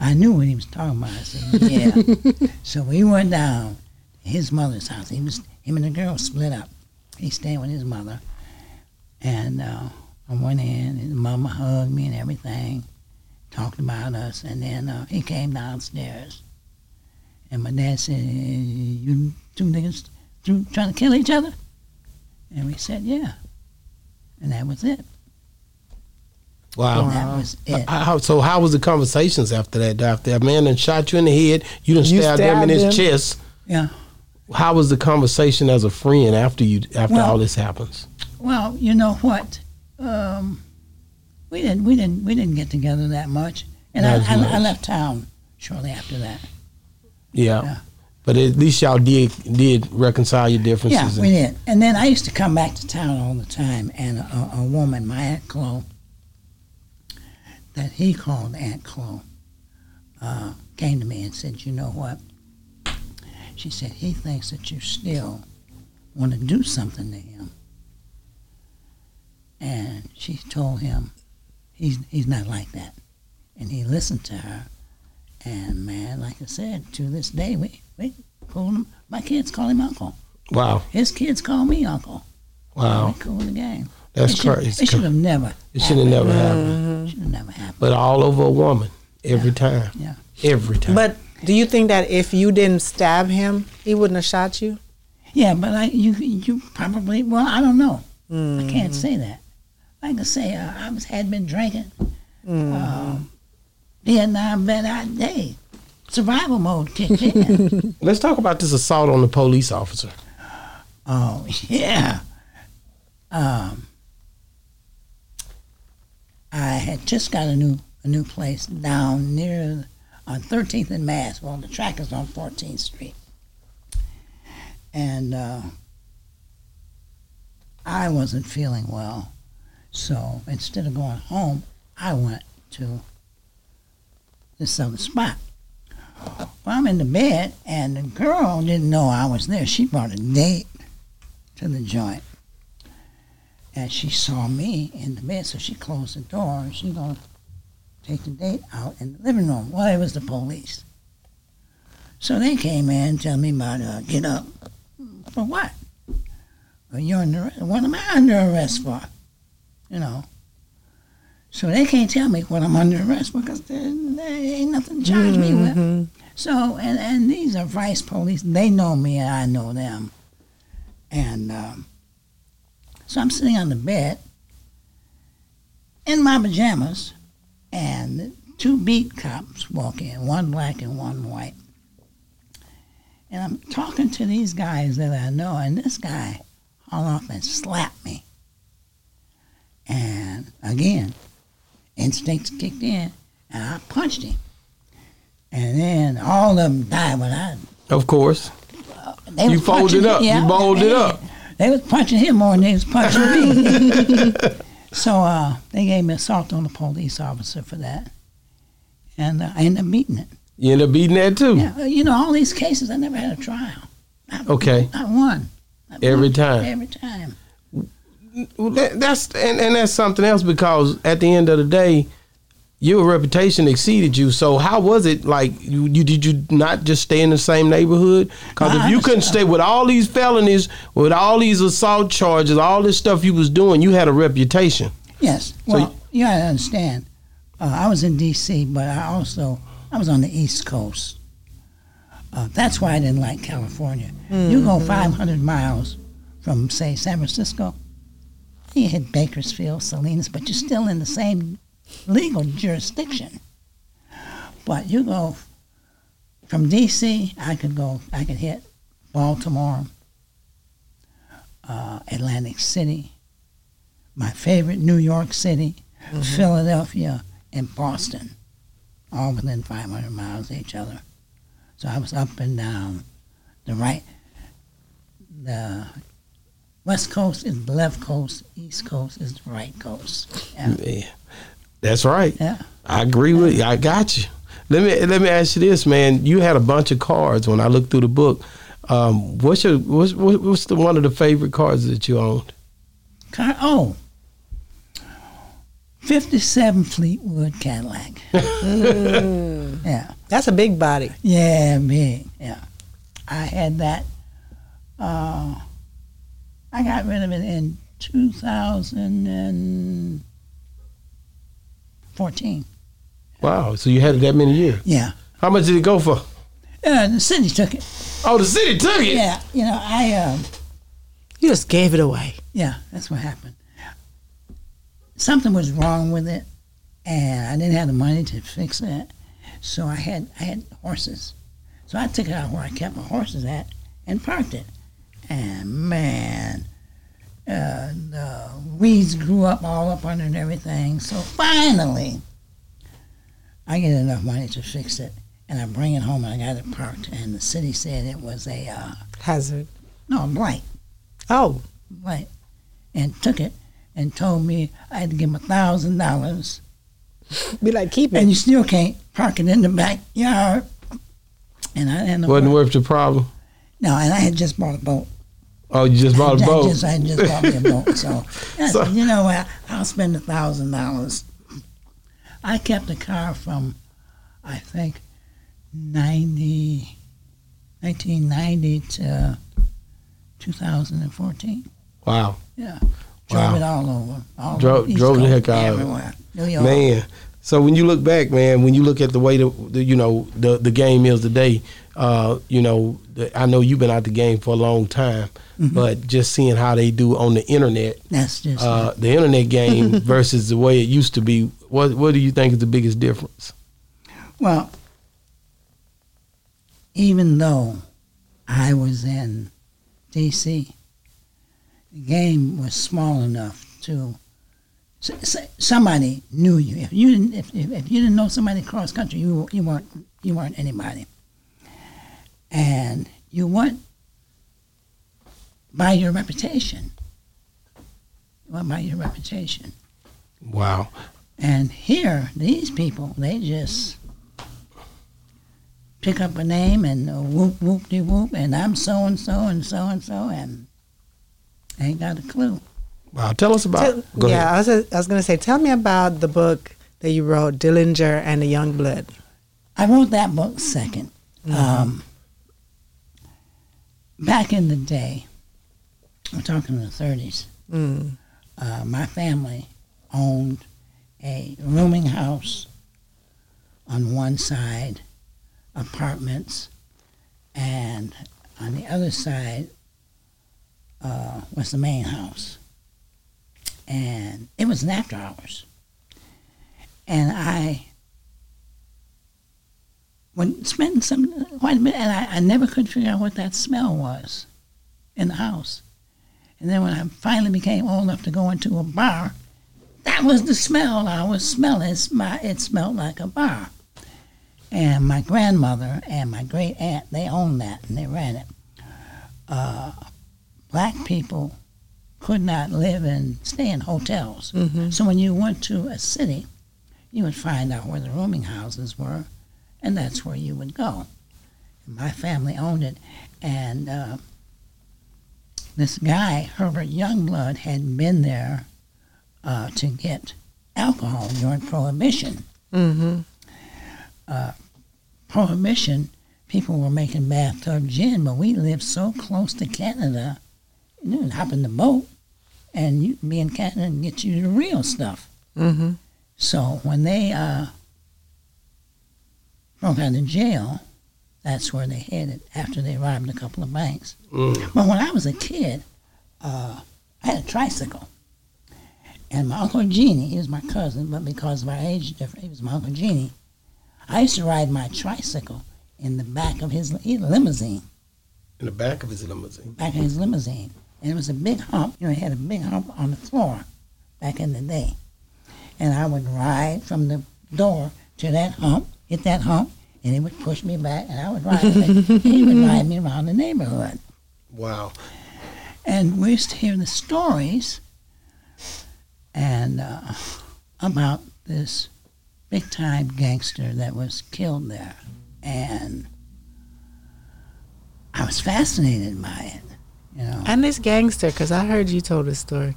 Speaker 4: I knew what he was talking about. I said, "Yeah." so we went down to his mother's house. He was him and the girl split up. He stayed with his mother, and. Uh, I went in, and Mama hugged me and everything, talked about us, and then uh, he came downstairs, And my dad said, "You two niggas two trying to kill each other?" And we said, "Yeah." And that was it.
Speaker 2: Wow.
Speaker 4: And that was
Speaker 2: Uh,
Speaker 4: it.
Speaker 2: How, so how was the conversations after that? After a man done shot you in the head, you done
Speaker 3: You
Speaker 2: stabbed him in
Speaker 3: stabbed
Speaker 2: his
Speaker 3: him.
Speaker 2: chest.
Speaker 4: Yeah.
Speaker 2: How was the conversation as a friend after you after
Speaker 4: Well-
Speaker 2: all this happens?
Speaker 4: Well, you know what? Um, we didn't we didn't we didn't get together that much, and I,
Speaker 2: Not as
Speaker 4: I, I
Speaker 2: much.
Speaker 4: left town shortly after that.
Speaker 2: Yeah.
Speaker 4: Yeah.
Speaker 2: But at least y'all did did reconcile your
Speaker 4: Yeah,
Speaker 2: differences.
Speaker 4: we did. And then I used to come back to town all the time, and a, a woman, my aunt Chloe, that he called Aunt Chloe, uh, came to me and said, "You know what?" She said he thinks that you still want to do something to him, and she told him he's he's not like that, and he listened to her, and man, like I said, to this day we we call him my kids call him uncle.
Speaker 2: wow.
Speaker 4: His kids call me uncle.
Speaker 2: Wow.
Speaker 4: We cool in the game.
Speaker 2: That's
Speaker 4: it should,
Speaker 2: crazy.
Speaker 4: It should have never.
Speaker 2: It should have never happened.
Speaker 4: It should have never happened.
Speaker 2: But all over a woman. Every time.
Speaker 4: Yeah.
Speaker 2: Every time.
Speaker 3: But do you think that if you didn't stab him, he wouldn't have shot you?
Speaker 4: Yeah, but I you you probably well I don't know. I can't say that. I can say uh, I was had been drinking. Um, Vietnam vet I day. Survival mode kicked in.
Speaker 2: Let's talk about this assault on the police officer.
Speaker 4: oh yeah. Um, I had just got a new a new place down near on 13th and Mass. Well, the track is on 14th Street, and uh, I wasn't feeling well, so instead of going home, I went to this other spot. Well, I'm in the bed, and the girl didn't know I was there. She brought a date to the joint. And she saw me in the bed, so she closed the door and she gonna take the date out in the living room. Well, it was the police. So they came in and tell me about uh, get up. For what? Well, you're under what am I under arrest for? You know. So they can't tell me what I'm under arrest for because there, there ain't nothing to charge me with. So and, and these are vice police. They know me and I know them. And um, so I'm sitting on the bed in my pajamas, and two beat cops walk in, one black and one white. And I'm talking to these guys that I know, and this guy hauled off and slapped me. And again, instincts kicked in, and I punched him. And then all of them died when I
Speaker 2: Of course.
Speaker 4: they
Speaker 2: You
Speaker 4: was punching
Speaker 2: folded
Speaker 4: me-
Speaker 2: up. You balled it up.
Speaker 4: They was punching him more than they was punching me. so uh, they gave me assault on the police officer for that, and uh, I ended up beating it.
Speaker 2: You end up beating that too.
Speaker 4: Yeah, uh, you know all these cases I never had a trial. Not,
Speaker 2: Okay.
Speaker 4: not one. Not
Speaker 2: Every
Speaker 4: one.
Speaker 2: time.
Speaker 4: Every time.
Speaker 2: Well, that, that's and, and that's something else because at the end of the day, your reputation exceeded you. So how was it like? You, you did you not just stay in the same neighborhood? Because
Speaker 4: No,
Speaker 2: if
Speaker 4: I
Speaker 2: you couldn't
Speaker 4: understand.
Speaker 2: stay with all these felonies, with all these assault charges, all this stuff you was doing, you had a reputation.
Speaker 4: Yes.
Speaker 2: So
Speaker 4: Well, you gotta understand. Uh, I was in D.C., but I also I was on the East Coast. Uh, that's why I didn't like California. You go 500 miles from, say, San Francisco, you hit Bakersfield, Salinas, but you're still in the same legal jurisdiction. But you go from D.C., I could go, I could hit Baltimore, uh, Atlantic City, my favorite New York City, Philadelphia, and Boston, all within 500 miles of each other. So I was up and down the right, the west coast is the left coast, east coast is the right coast. Yeah.
Speaker 2: Yeah. That's right.
Speaker 4: Yeah.
Speaker 2: I agree with you. I got you. Let me let me ask you this, man. You had a bunch of cards when I looked through the book. Um, what's your what's what's the one of the favorite cards that you owned?
Speaker 4: Car, oh, 57 Fleetwood Cadillac. Yeah.
Speaker 3: That's a big body.
Speaker 4: Yeah, me. Yeah. I had that. Uh, I got rid of it in 2014.
Speaker 2: Wow. So you had it that many years.
Speaker 4: Yeah.
Speaker 2: How much did it go for?
Speaker 4: Uh, the city took it.
Speaker 2: Oh, the city took it.
Speaker 4: Yeah, you know, I, um,
Speaker 3: You just gave it away.
Speaker 4: yeah, that's what happened. Something was wrong with it, and I didn't have the money to fix it. So I had I had horses. So I took it out where I kept my horses at and parked it. And man, uh, the weeds grew up all up under and everything. So finally, I get enough money to fix it, and I bring it home and I got it parked. And the city said it was a uh,
Speaker 3: Hazard.
Speaker 4: no a blight
Speaker 3: Oh,
Speaker 4: right, and took it and told me I had to give him a thousand dollars,
Speaker 3: be like keep
Speaker 4: and
Speaker 3: it.
Speaker 4: you still can't park it in the backyard. And I and
Speaker 2: Wasn't worth the problem.
Speaker 4: no, and I had just bought a boat.
Speaker 2: Oh, you just bought a
Speaker 4: I
Speaker 2: boat.
Speaker 4: Just, I had just bought me a boat, so, I
Speaker 2: So-
Speaker 4: said, you know what? I'll spend a thousand dollars. I kept the car from, I think, 90, 1990 to 2014.
Speaker 2: wow,
Speaker 4: Yeah.
Speaker 2: Wow.
Speaker 4: Drove it all over. All
Speaker 2: Dro-
Speaker 4: over East
Speaker 2: drove the
Speaker 4: Coast,
Speaker 2: heck out of it.
Speaker 4: everywhere. New York.
Speaker 2: man. So when you look back, man, when you look at the way the, the you know the the game is today, uh, you know, the, I know you've been out the game for a long time,
Speaker 4: Mm-hmm.
Speaker 2: but just seeing how they do on the internet,
Speaker 4: That's just
Speaker 2: uh, the internet game versus the way it used to be, what what do you think is the biggest difference?
Speaker 4: well. Even though I was in D.C., the game was small enough to s- s- somebody knew you. If you didn't, if, if, if you didn't know somebody across country, you you weren't you weren't anybody, and you weren't by your reputation. You weren't by your reputation.
Speaker 2: Wow,
Speaker 4: And here, these people, they just pick up a name and uh, whoop whoop de whoop, and I'm so and so and so and so, and ain't got a clue.
Speaker 2: wow. Tell us about.
Speaker 3: Tell-
Speaker 2: it. Go
Speaker 3: yeah,
Speaker 2: ahead.
Speaker 3: I was, I was gonna say, tell me about the book that you wrote, Dillinger and the Young Blood.
Speaker 4: I wrote that book 2nd Um, back in the day, I'm talking the 30s, uh, my family owned a rooming house on one side, apartments, and on the other side uh, was the main house. And it was an after hours. And I when spending some quite a bit, and I, I never could figure out what that smell was in the house. And then when I finally became old enough to go into a bar, that was the smell I was smelling. It's my, it smelled like a bar. And my grandmother and my great aunt, they owned that and they ran it. Uh, black people could not live and stay in hotels. So when you went to a city, you would find out where the rooming houses were and that's where you would go. My family owned it, and uh, this guy Herbert Youngblood had been there uh, to get alcohol during Prohibition. Uh,
Speaker 3: Mm-hmm.
Speaker 4: Prohibition, people were making bathtub gin, but we lived so close to Canada, you would hop in the boat, and you be in Canada and get you the real stuff.
Speaker 3: Mm-hmm.
Speaker 4: So when they uh, broke out of jail, that's where they headed after they robbed a couple of banks.
Speaker 2: Mm.
Speaker 4: But when I was a kid, uh, I had a tricycle. And my Uncle Genie, he was my cousin, but because of our age difference, he was my Uncle Genie. I used to ride my tricycle in the back of his he had a limousine,
Speaker 2: In the back of his limousine.
Speaker 4: back of his limousine. And it was a big hump, you know, it had a big hump on the floor back in the day. And I would ride from the door to that hump, hit that hump, and he would push me back, and I would ride. back. he would ride me around the neighborhood.
Speaker 2: Wow.
Speaker 4: And we used to hear the stories and uh, about this big time gangster that was killed there. And I was fascinated by it, you know.
Speaker 3: And this gangster, because I heard you told this story.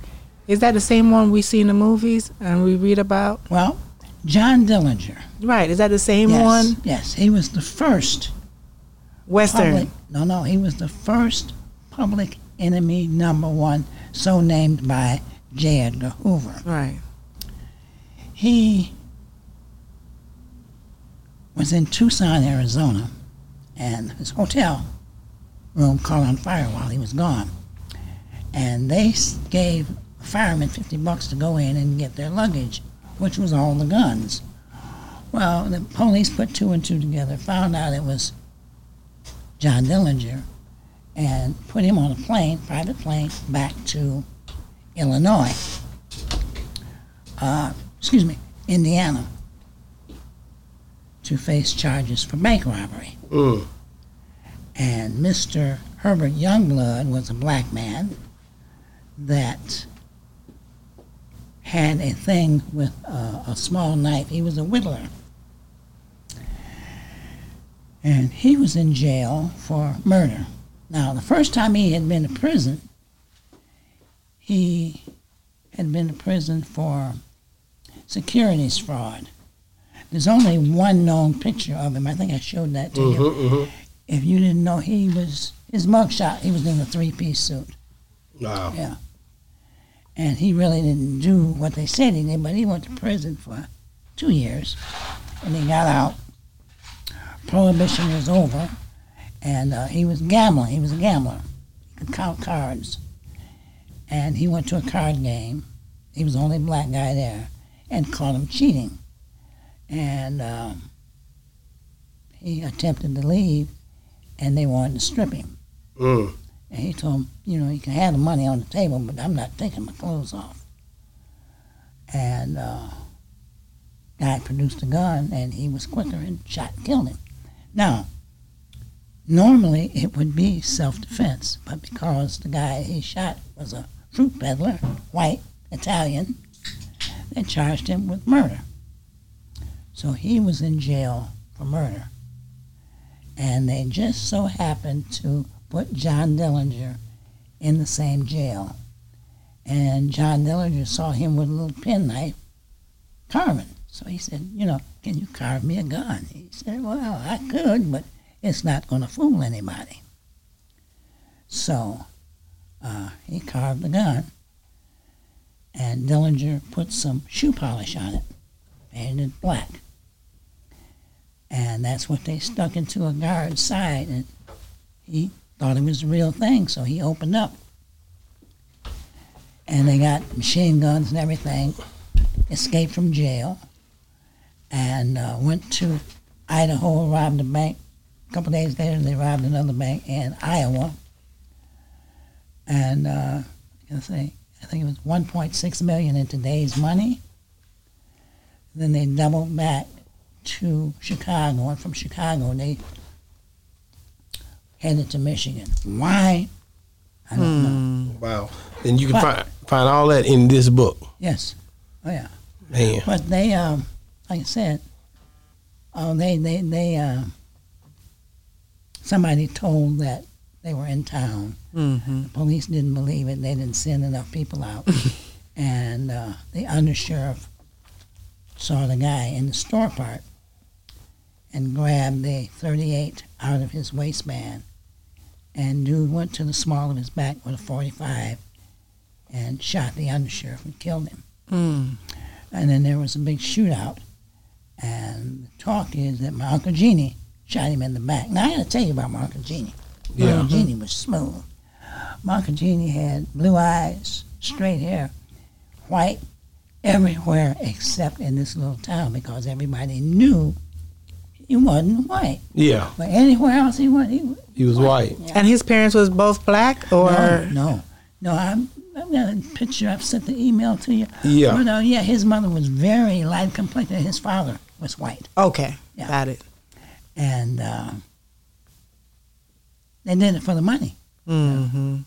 Speaker 3: Is that the same one we see in the movies and we read about?
Speaker 4: Well, John Dillinger.
Speaker 3: Right. Is that the same
Speaker 4: yes,
Speaker 3: one?
Speaker 4: Yes, he was the first
Speaker 3: Western.
Speaker 4: public. No, no, he was the first public enemy number one, so named by J. Edgar Hoover.
Speaker 3: Right.
Speaker 4: He was in Tucson, Arizona, and his hotel room caught on fire while he was gone. And they s- gave a fireman 50 bucks to go in and get their luggage, which was all the guns. Well, the police put two and two together, found out it was John Dillinger, and put him on a plane, private plane, back to Illinois. Uh, excuse me, Indiana, to face charges for bank robbery
Speaker 2: Mm.
Speaker 4: and Mr. Herbert Youngblood was a black man that had a thing with uh, a, a small knife. He was a whittler. And he was in jail for murder. Now, the first time he had been to prison, he had been to prison for securities fraud. There's only one known picture of him. I think I showed that to you
Speaker 2: Mm-hmm, mm-hmm.
Speaker 4: if you didn't know he was his mugshot he was in a three-piece suit
Speaker 2: Wow.
Speaker 4: yeah and he really didn't do what they said he did but he went to prison for two years and he got out prohibition was over and uh, he was gambling he was a gambler he could count cards and he went to a card game he was the only black guy there and caught him cheating and um, he attempted to leave and they wanted to strip him
Speaker 2: Mm.
Speaker 4: and he told him, you know, you can have the money on the table, but I'm not taking my clothes off. And uh, guy produced a gun, and he was quicker and shot and killed him. Now, normally it would be self-defense, but because the guy he shot was a fruit peddler, white Italian, they charged him with murder. So he was in jail for murder. And they just so happened to put John Dillinger in the same jail. And John Dillinger saw him with a little penknife carving. So he said, you know, can you carve me a gun? He said, well, I could, but it's not going to fool anybody. So uh, he carved the gun, and Dillinger put some shoe polish on it, painted it black. And that's what they stuck into a guard's side, and he thought it was the real thing, so he opened up. And they got machine guns and everything, escaped from jail, and uh, went to Idaho, robbed a bank. A couple days later, they robbed another bank in Iowa. And uh, I gotta say, I think it was 1.6 million in today's money. Then they doubled back to Chicago, and from Chicago, they headed to Michigan. Why? I don't know.
Speaker 2: Wow. And you can
Speaker 4: But-
Speaker 2: find find all that in this book.
Speaker 4: Yes. Oh yeah.
Speaker 2: Man.
Speaker 4: But they, um, like I said, oh they they they uh, somebody told that they were in town.
Speaker 3: Mm-hmm.
Speaker 4: The police didn't believe it. They didn't send enough people out, and uh, the undersheriff saw the guy in the store part and grabbed the 38 out of his waistband. And dude went to the small of his back with a 45 and shot the undersheriff and killed him.
Speaker 3: Mm.
Speaker 4: And then there was a big shootout. And the talk is that my Uncle Genie shot him in the back. Now, I gotta tell you about my Uncle Genie. My
Speaker 2: Yeah.
Speaker 4: Uncle Genie was smooth. My Uncle Genie had blue eyes, straight hair, white, everywhere except in this little town because everybody knew he wasn't white.
Speaker 2: Yeah.
Speaker 4: But anywhere else he went, he was.
Speaker 2: He was white.
Speaker 3: And his parents was both black or
Speaker 4: No, no. No, I'm, I've got a picture. I've sent the email to you.
Speaker 2: Yeah.
Speaker 4: But, uh, yeah, his mother was very light complected. His father was white.
Speaker 3: okay,
Speaker 4: Yeah.
Speaker 3: got it.
Speaker 4: and uh, they did it for the money.
Speaker 3: Mm-hmm.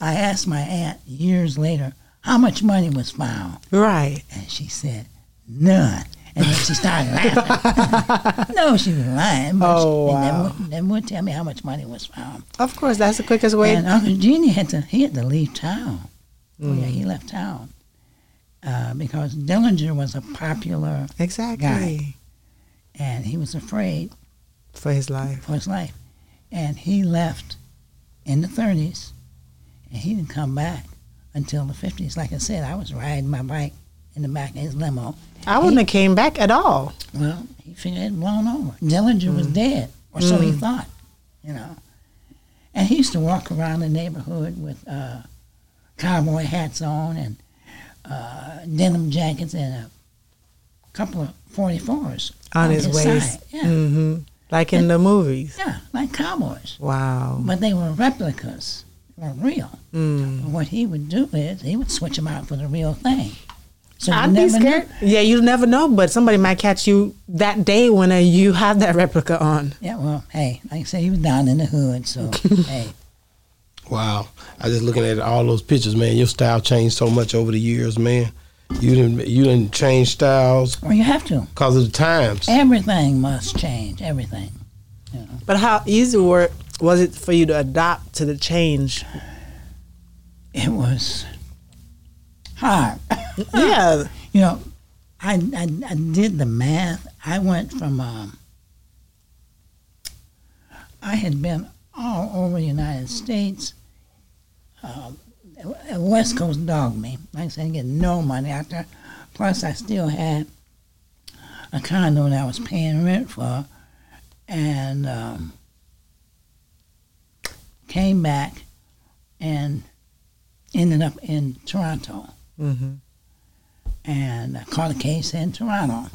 Speaker 4: I asked my aunt years later how much money was found,
Speaker 3: Right.
Speaker 4: and she said none. And then she started laughing. no, she was lying. But
Speaker 3: Oh,
Speaker 4: she, they
Speaker 3: wow.
Speaker 4: wouldn't- They, would, not tell me how much money was found.
Speaker 3: Of course, that's the quickest way.
Speaker 4: And Uncle Genie had to he had to leave town. Oh, yeah,
Speaker 3: Hmm.
Speaker 4: he left town uh, because Dillinger was a popular
Speaker 3: exactly
Speaker 4: Guy. and he was afraid
Speaker 3: for his life.
Speaker 4: for his life. And he left in the 30s, and he didn't come back until the 50s. Like I said, I was riding my bike in the back of his limo.
Speaker 3: I wouldn't have came back at all. Mm.
Speaker 4: Well, he figured it had blown over. Dillinger was dead. or so he thought, you know. And he used to walk around the neighborhood with uh, cowboy hats on and uh, denim jackets and a couple of 44s
Speaker 3: On his waist.
Speaker 4: side. Yeah,
Speaker 3: hmm Like in the movies.
Speaker 4: yeah, like cowboys.
Speaker 3: Wow.
Speaker 4: But they were replicas, they weren't real. But what he would do is he would switch them out for the real thing. So you
Speaker 3: I'd be
Speaker 4: never knew-
Speaker 3: scared. Yeah, you never know, but somebody might catch you that day when uh, you have that replica on.
Speaker 4: Yeah, well, hey, like I said, he was down in the hood, so hey,
Speaker 2: Wow. I just looking at all those pictures, man. Your style changed so much over the years, man. You didn't you didn't change styles
Speaker 4: well, you have to.
Speaker 2: because of the times.
Speaker 4: Everything must change. Everything. You know.
Speaker 3: But how easy were, was it for you to adopt to the change?
Speaker 4: It was hard.
Speaker 3: yeah.
Speaker 4: You know, I, I, I did the math. I went from, um, I had been all over the United States. Uh, the West Coast dogged me. Like I said, I didn't get no money out there. Plus, I still had a condo that I was paying rent for. And um, came back and ended up in Toronto
Speaker 3: Mm-hmm.
Speaker 4: and I caught a case in Toronto.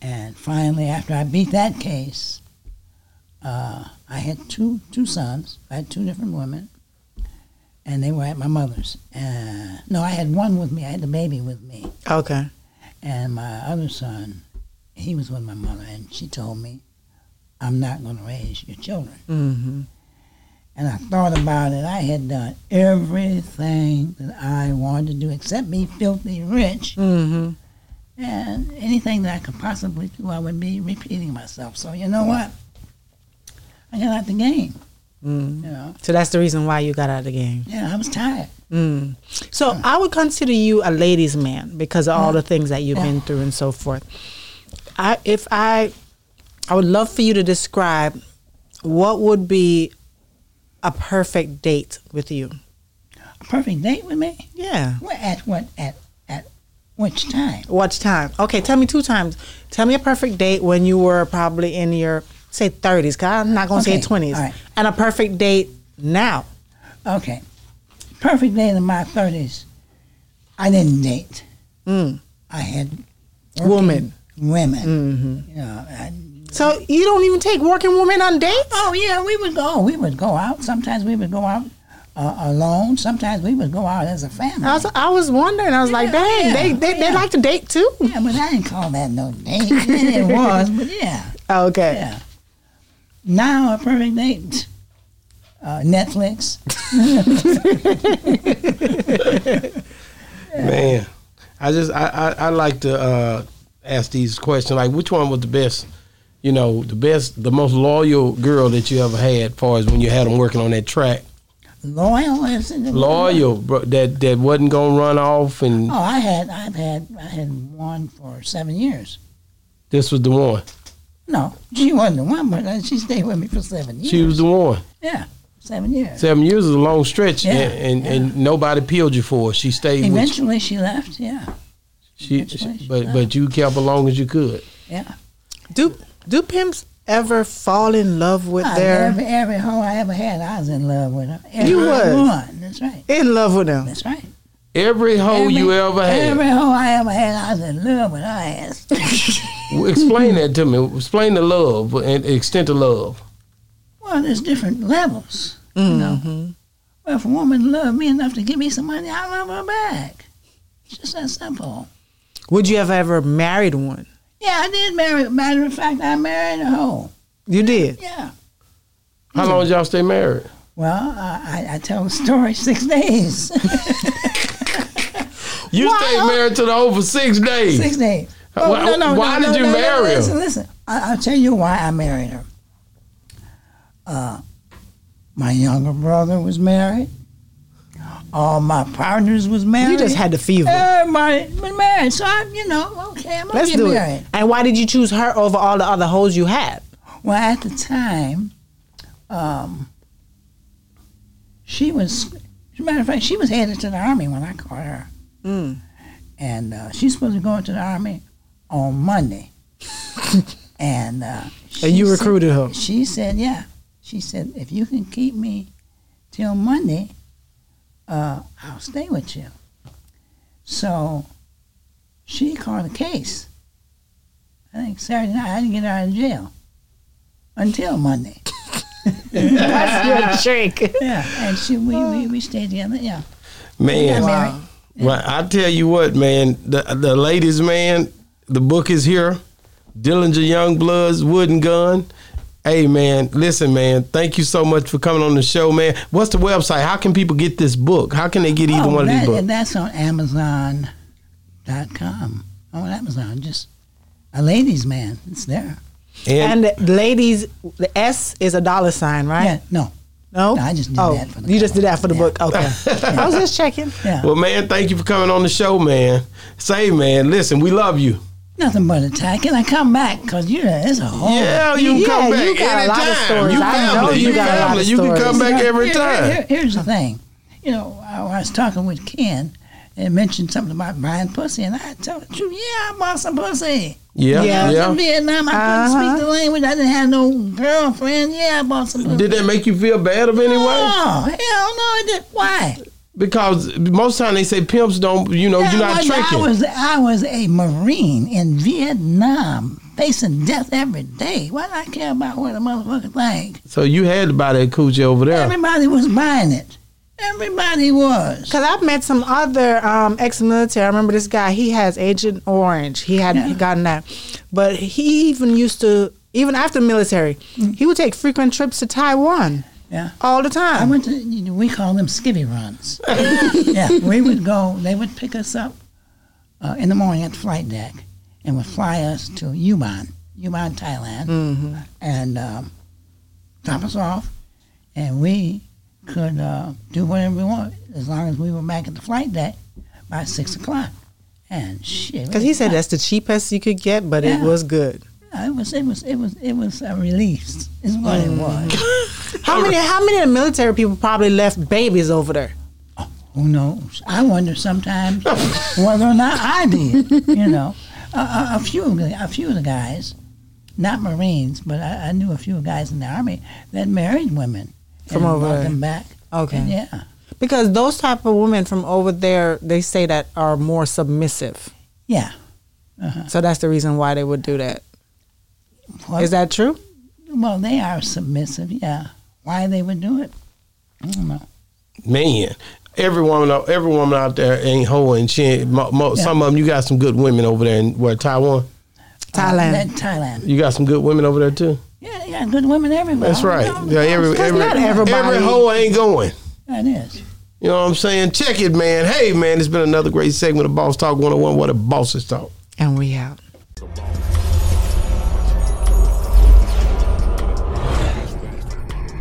Speaker 4: And finally, after I beat that case, uh, I had two two sons. I had two different women, and they were at my mother's. Uh, no, I had one with me. I had the baby with me,
Speaker 3: Okay.
Speaker 4: and my other son, he was with my mother, and she told me, "I'm not going to raise your children."
Speaker 3: Mm-hmm.
Speaker 4: And I thought about it. I had done everything that I wanted to do except be filthy rich.
Speaker 3: Mm-hmm.
Speaker 4: And anything that I could possibly do, I would be repeating myself. So you know what? I got out the game.
Speaker 3: Mm.
Speaker 4: You know,
Speaker 3: So that's the reason why you got out of the game.
Speaker 4: yeah, I was tired.
Speaker 3: Mm. So I would consider you a ladies' man because of all the things that you've
Speaker 4: Yeah.
Speaker 3: been through and so forth. I, if I, I would love for you to describe what would be a perfect date with you.
Speaker 4: A perfect date with me?
Speaker 3: Yeah.
Speaker 4: Well, at what? At at which time?
Speaker 3: What's time? Okay, tell me two times. Tell me a perfect date when you were probably in your say 30s. Cause I'm not gonna say
Speaker 4: Okay,
Speaker 3: 20s.
Speaker 4: all right.
Speaker 3: And a perfect date now.
Speaker 4: Okay, perfect date in my thirties. I didn't date.
Speaker 3: Mm.
Speaker 4: I had
Speaker 3: Woman.
Speaker 4: working Women. You know. I,
Speaker 3: So you don't even take working women on dates?
Speaker 4: oh yeah, we would go. We would go out. Sometimes we would go out uh, alone. Sometimes we would go out as a family.
Speaker 3: I was, I was wondering. I was like,
Speaker 4: Yeah,
Speaker 3: dang, they,
Speaker 4: yeah,
Speaker 3: they, they
Speaker 4: yeah.
Speaker 3: like to date too.
Speaker 4: Yeah, but I didn't call that no date. it was, but yeah,
Speaker 3: Okay.
Speaker 4: yeah. Now a perfect date. Uh, Netflix.
Speaker 2: Man. I just I, I, I like to uh, ask these questions like which one was the best you know, the best the most loyal girl that you ever had far as when you had them working on that track.
Speaker 4: Loyal is it?
Speaker 2: Loyal bro, that that wasn't gonna run off and
Speaker 4: Oh, I had, I've had, I had one for seven years.
Speaker 2: this was the one.
Speaker 4: No, she wasn't the one, but uh, she stayed with me for seven years.
Speaker 2: She was the one.
Speaker 4: yeah, seven years.
Speaker 2: Seven years is a long stretch,
Speaker 4: Yeah,
Speaker 2: and, and, and nobody peeled you for it. She stayed with you.
Speaker 4: Eventually, she left. Yeah,
Speaker 2: She,
Speaker 4: eventually she
Speaker 2: but
Speaker 4: left.
Speaker 2: but you kept along as you could.
Speaker 4: yeah.
Speaker 3: Do do pimps ever fall in love with
Speaker 4: I-
Speaker 3: their
Speaker 4: Uh, every every hoe I ever had, I was in love with her. Every
Speaker 3: You was.
Speaker 4: one. That's right.
Speaker 3: in love with them?
Speaker 4: That's right.
Speaker 2: Every hoe Oh, you ever had.
Speaker 4: Every hoe I ever had, I was in love with her ass.
Speaker 2: Well, Explain that to me. Explain the love and extent of love.
Speaker 4: Well, there's different levels, you
Speaker 3: Mm-hmm.
Speaker 4: know. Well, if a woman loved me enough to give me some money, I love her back. It's just that simple.
Speaker 3: Would you have ever married one?
Speaker 4: Yeah, I did marry. Matter of fact, I married a hoe.
Speaker 3: You did.
Speaker 4: Yeah. Hmm.
Speaker 2: How long did y'all stay married?
Speaker 4: Well, I, I, I tell the story six days.
Speaker 2: You
Speaker 4: Why?
Speaker 2: stayed married to the hoe for six days.
Speaker 4: six days. Oh,
Speaker 2: Why- why did you marry her?
Speaker 4: Listen, listen. I, I'll tell you why I married her. Uh, my younger brother was married. All my partners was married.
Speaker 3: You just had the fever.
Speaker 4: Everybody been married, so I'm, you know, okay, I'm gonna
Speaker 3: Let's
Speaker 4: get
Speaker 3: do
Speaker 4: married.
Speaker 3: it. And why did you choose her over all the other hoes you had?
Speaker 4: Well, at the time, um, she was, as a matter of fact, she was headed to the army when I caught her,
Speaker 3: Mm.
Speaker 4: and uh, she's supposed to go into the army on Monday. And uh, she
Speaker 3: And you
Speaker 4: said-
Speaker 3: recruited her.
Speaker 4: She said, "Yeah." She said, "If you can keep me till Monday, uh, I'll stay with you." So she called a case. I think Saturday night I didn't get out of jail until Monday.
Speaker 3: That's your trick.
Speaker 4: Yeah, and she we,
Speaker 2: Oh.
Speaker 4: we, we stayed together. Yeah, we
Speaker 2: Man,
Speaker 4: got married.
Speaker 2: Well, I tell you what, man, the the ladies, man, the book is here. Dillinger Youngblood's Wooden Gun. Hey man, listen, man. Thank you so much for coming on the show, man. What's the website? How can people get this book? How can they get either
Speaker 4: Oh,
Speaker 2: one
Speaker 4: that,
Speaker 2: of these books?
Speaker 4: and that's on Amazon.com. On Oh, Amazon, just a ladies' man. It's there.
Speaker 2: And,
Speaker 3: And uh, the ladies, the S is a dollar sign, right?
Speaker 4: Yeah, no.
Speaker 3: No?
Speaker 4: No, I just did
Speaker 3: oh,
Speaker 4: that for the
Speaker 3: You just did that for the
Speaker 4: Yeah.
Speaker 3: book. Okay. I was just checking.
Speaker 4: Yeah,
Speaker 2: well, man, thank you for coming on the show, man. Say, man, listen, we love you.
Speaker 4: nothing but attack. Can I come back? Cause you, it's a whole.
Speaker 2: Yeah, you can
Speaker 3: Oh, Yeah,
Speaker 2: come
Speaker 3: you
Speaker 2: back
Speaker 3: got a lot of
Speaker 2: anytime.
Speaker 3: stories.
Speaker 2: You
Speaker 3: I know
Speaker 2: family,
Speaker 3: you
Speaker 2: you
Speaker 3: got a lot of
Speaker 2: family. You can come
Speaker 3: stories.
Speaker 2: back every
Speaker 4: Here- here-
Speaker 2: time.
Speaker 4: here- here's the thing, you know, I, I was talking with Ken and mentioned something about buying pussy, and I told the truth. Yeah, I bought some pussy.
Speaker 2: Yeah,
Speaker 3: Yeah.
Speaker 4: I was in
Speaker 2: yeah.
Speaker 4: Vietnam. I couldn't
Speaker 3: Uh-huh.
Speaker 4: speak the language. I didn't have no girlfriend. Yeah, I bought some pussy.
Speaker 2: Did that make you feel bad of any way?
Speaker 4: Oh, hell no, it did. Why?
Speaker 2: Because most time they say pimps don't, Oh, you know, you're not
Speaker 4: I, was- I
Speaker 2: tricking.
Speaker 4: was I was a Marine in Vietnam, facing death every day. Why do I care about what a motherfucker think?
Speaker 2: so you had to buy that coochie over there.
Speaker 4: Everybody was buying it. Everybody was.
Speaker 3: Because I've met some other um, ex-military. I remember this guy. He has Agent Orange. He hadn't
Speaker 4: Yeah.
Speaker 3: gotten that, but he even used to, even after military,
Speaker 4: Mm.
Speaker 3: he would take frequent trips to Taiwan
Speaker 4: Yeah.
Speaker 3: all the
Speaker 4: I
Speaker 3: time.
Speaker 4: went to, you know, we call them skivvy runs. yeah, we would go, they would pick us up uh, in the morning at the flight deck and would fly us to Yuban, Yuban, Thailand,
Speaker 3: Mm-hmm.
Speaker 4: and um, drop us off. And we could uh, do whatever we want as long as we were back at the flight deck by 6 o'clock. And shit.
Speaker 3: Because he said that's the cheapest you could get, but it
Speaker 4: Yeah.
Speaker 3: was good.
Speaker 4: Yeah, It was, it was, it was, it was a release, is what
Speaker 3: Mm.
Speaker 4: it was.
Speaker 3: How many? How many of the military people probably left babies over there?
Speaker 4: Who knows? I wonder sometimes whether or not I did. You know, a, a, a few of the- a few of the guys, not Marines, but I, I knew a few guys in the army that married women
Speaker 3: From
Speaker 4: and
Speaker 3: over
Speaker 4: brought
Speaker 3: there.
Speaker 4: them back.
Speaker 3: Okay.
Speaker 4: And yeah,
Speaker 3: Because those type of women from over there, they say that are more submissive.
Speaker 4: yeah.
Speaker 3: So that's the reason why they would do that.
Speaker 4: Well,
Speaker 3: Is that true?
Speaker 4: well, they are submissive. Yeah, why they would do it? I don't know.
Speaker 2: Man, every woman, out- every woman out there ain't hoeing. She ain't, mo, mo, Some of them, you got some good women over there in where Taiwan.
Speaker 3: Thailand.
Speaker 4: Uh, that- Thailand.
Speaker 2: You got some good women over there too.
Speaker 4: Yeah, they got good women everywhere.
Speaker 2: That's right. Yeah, every, every,
Speaker 3: not everybody-
Speaker 2: every hoe ain't going.
Speaker 4: That is.
Speaker 2: You know what I'm saying? oh Check it, man. Hey, man, it's been another great segment of Boss Talk 101. What a boss is talk.
Speaker 3: And we out.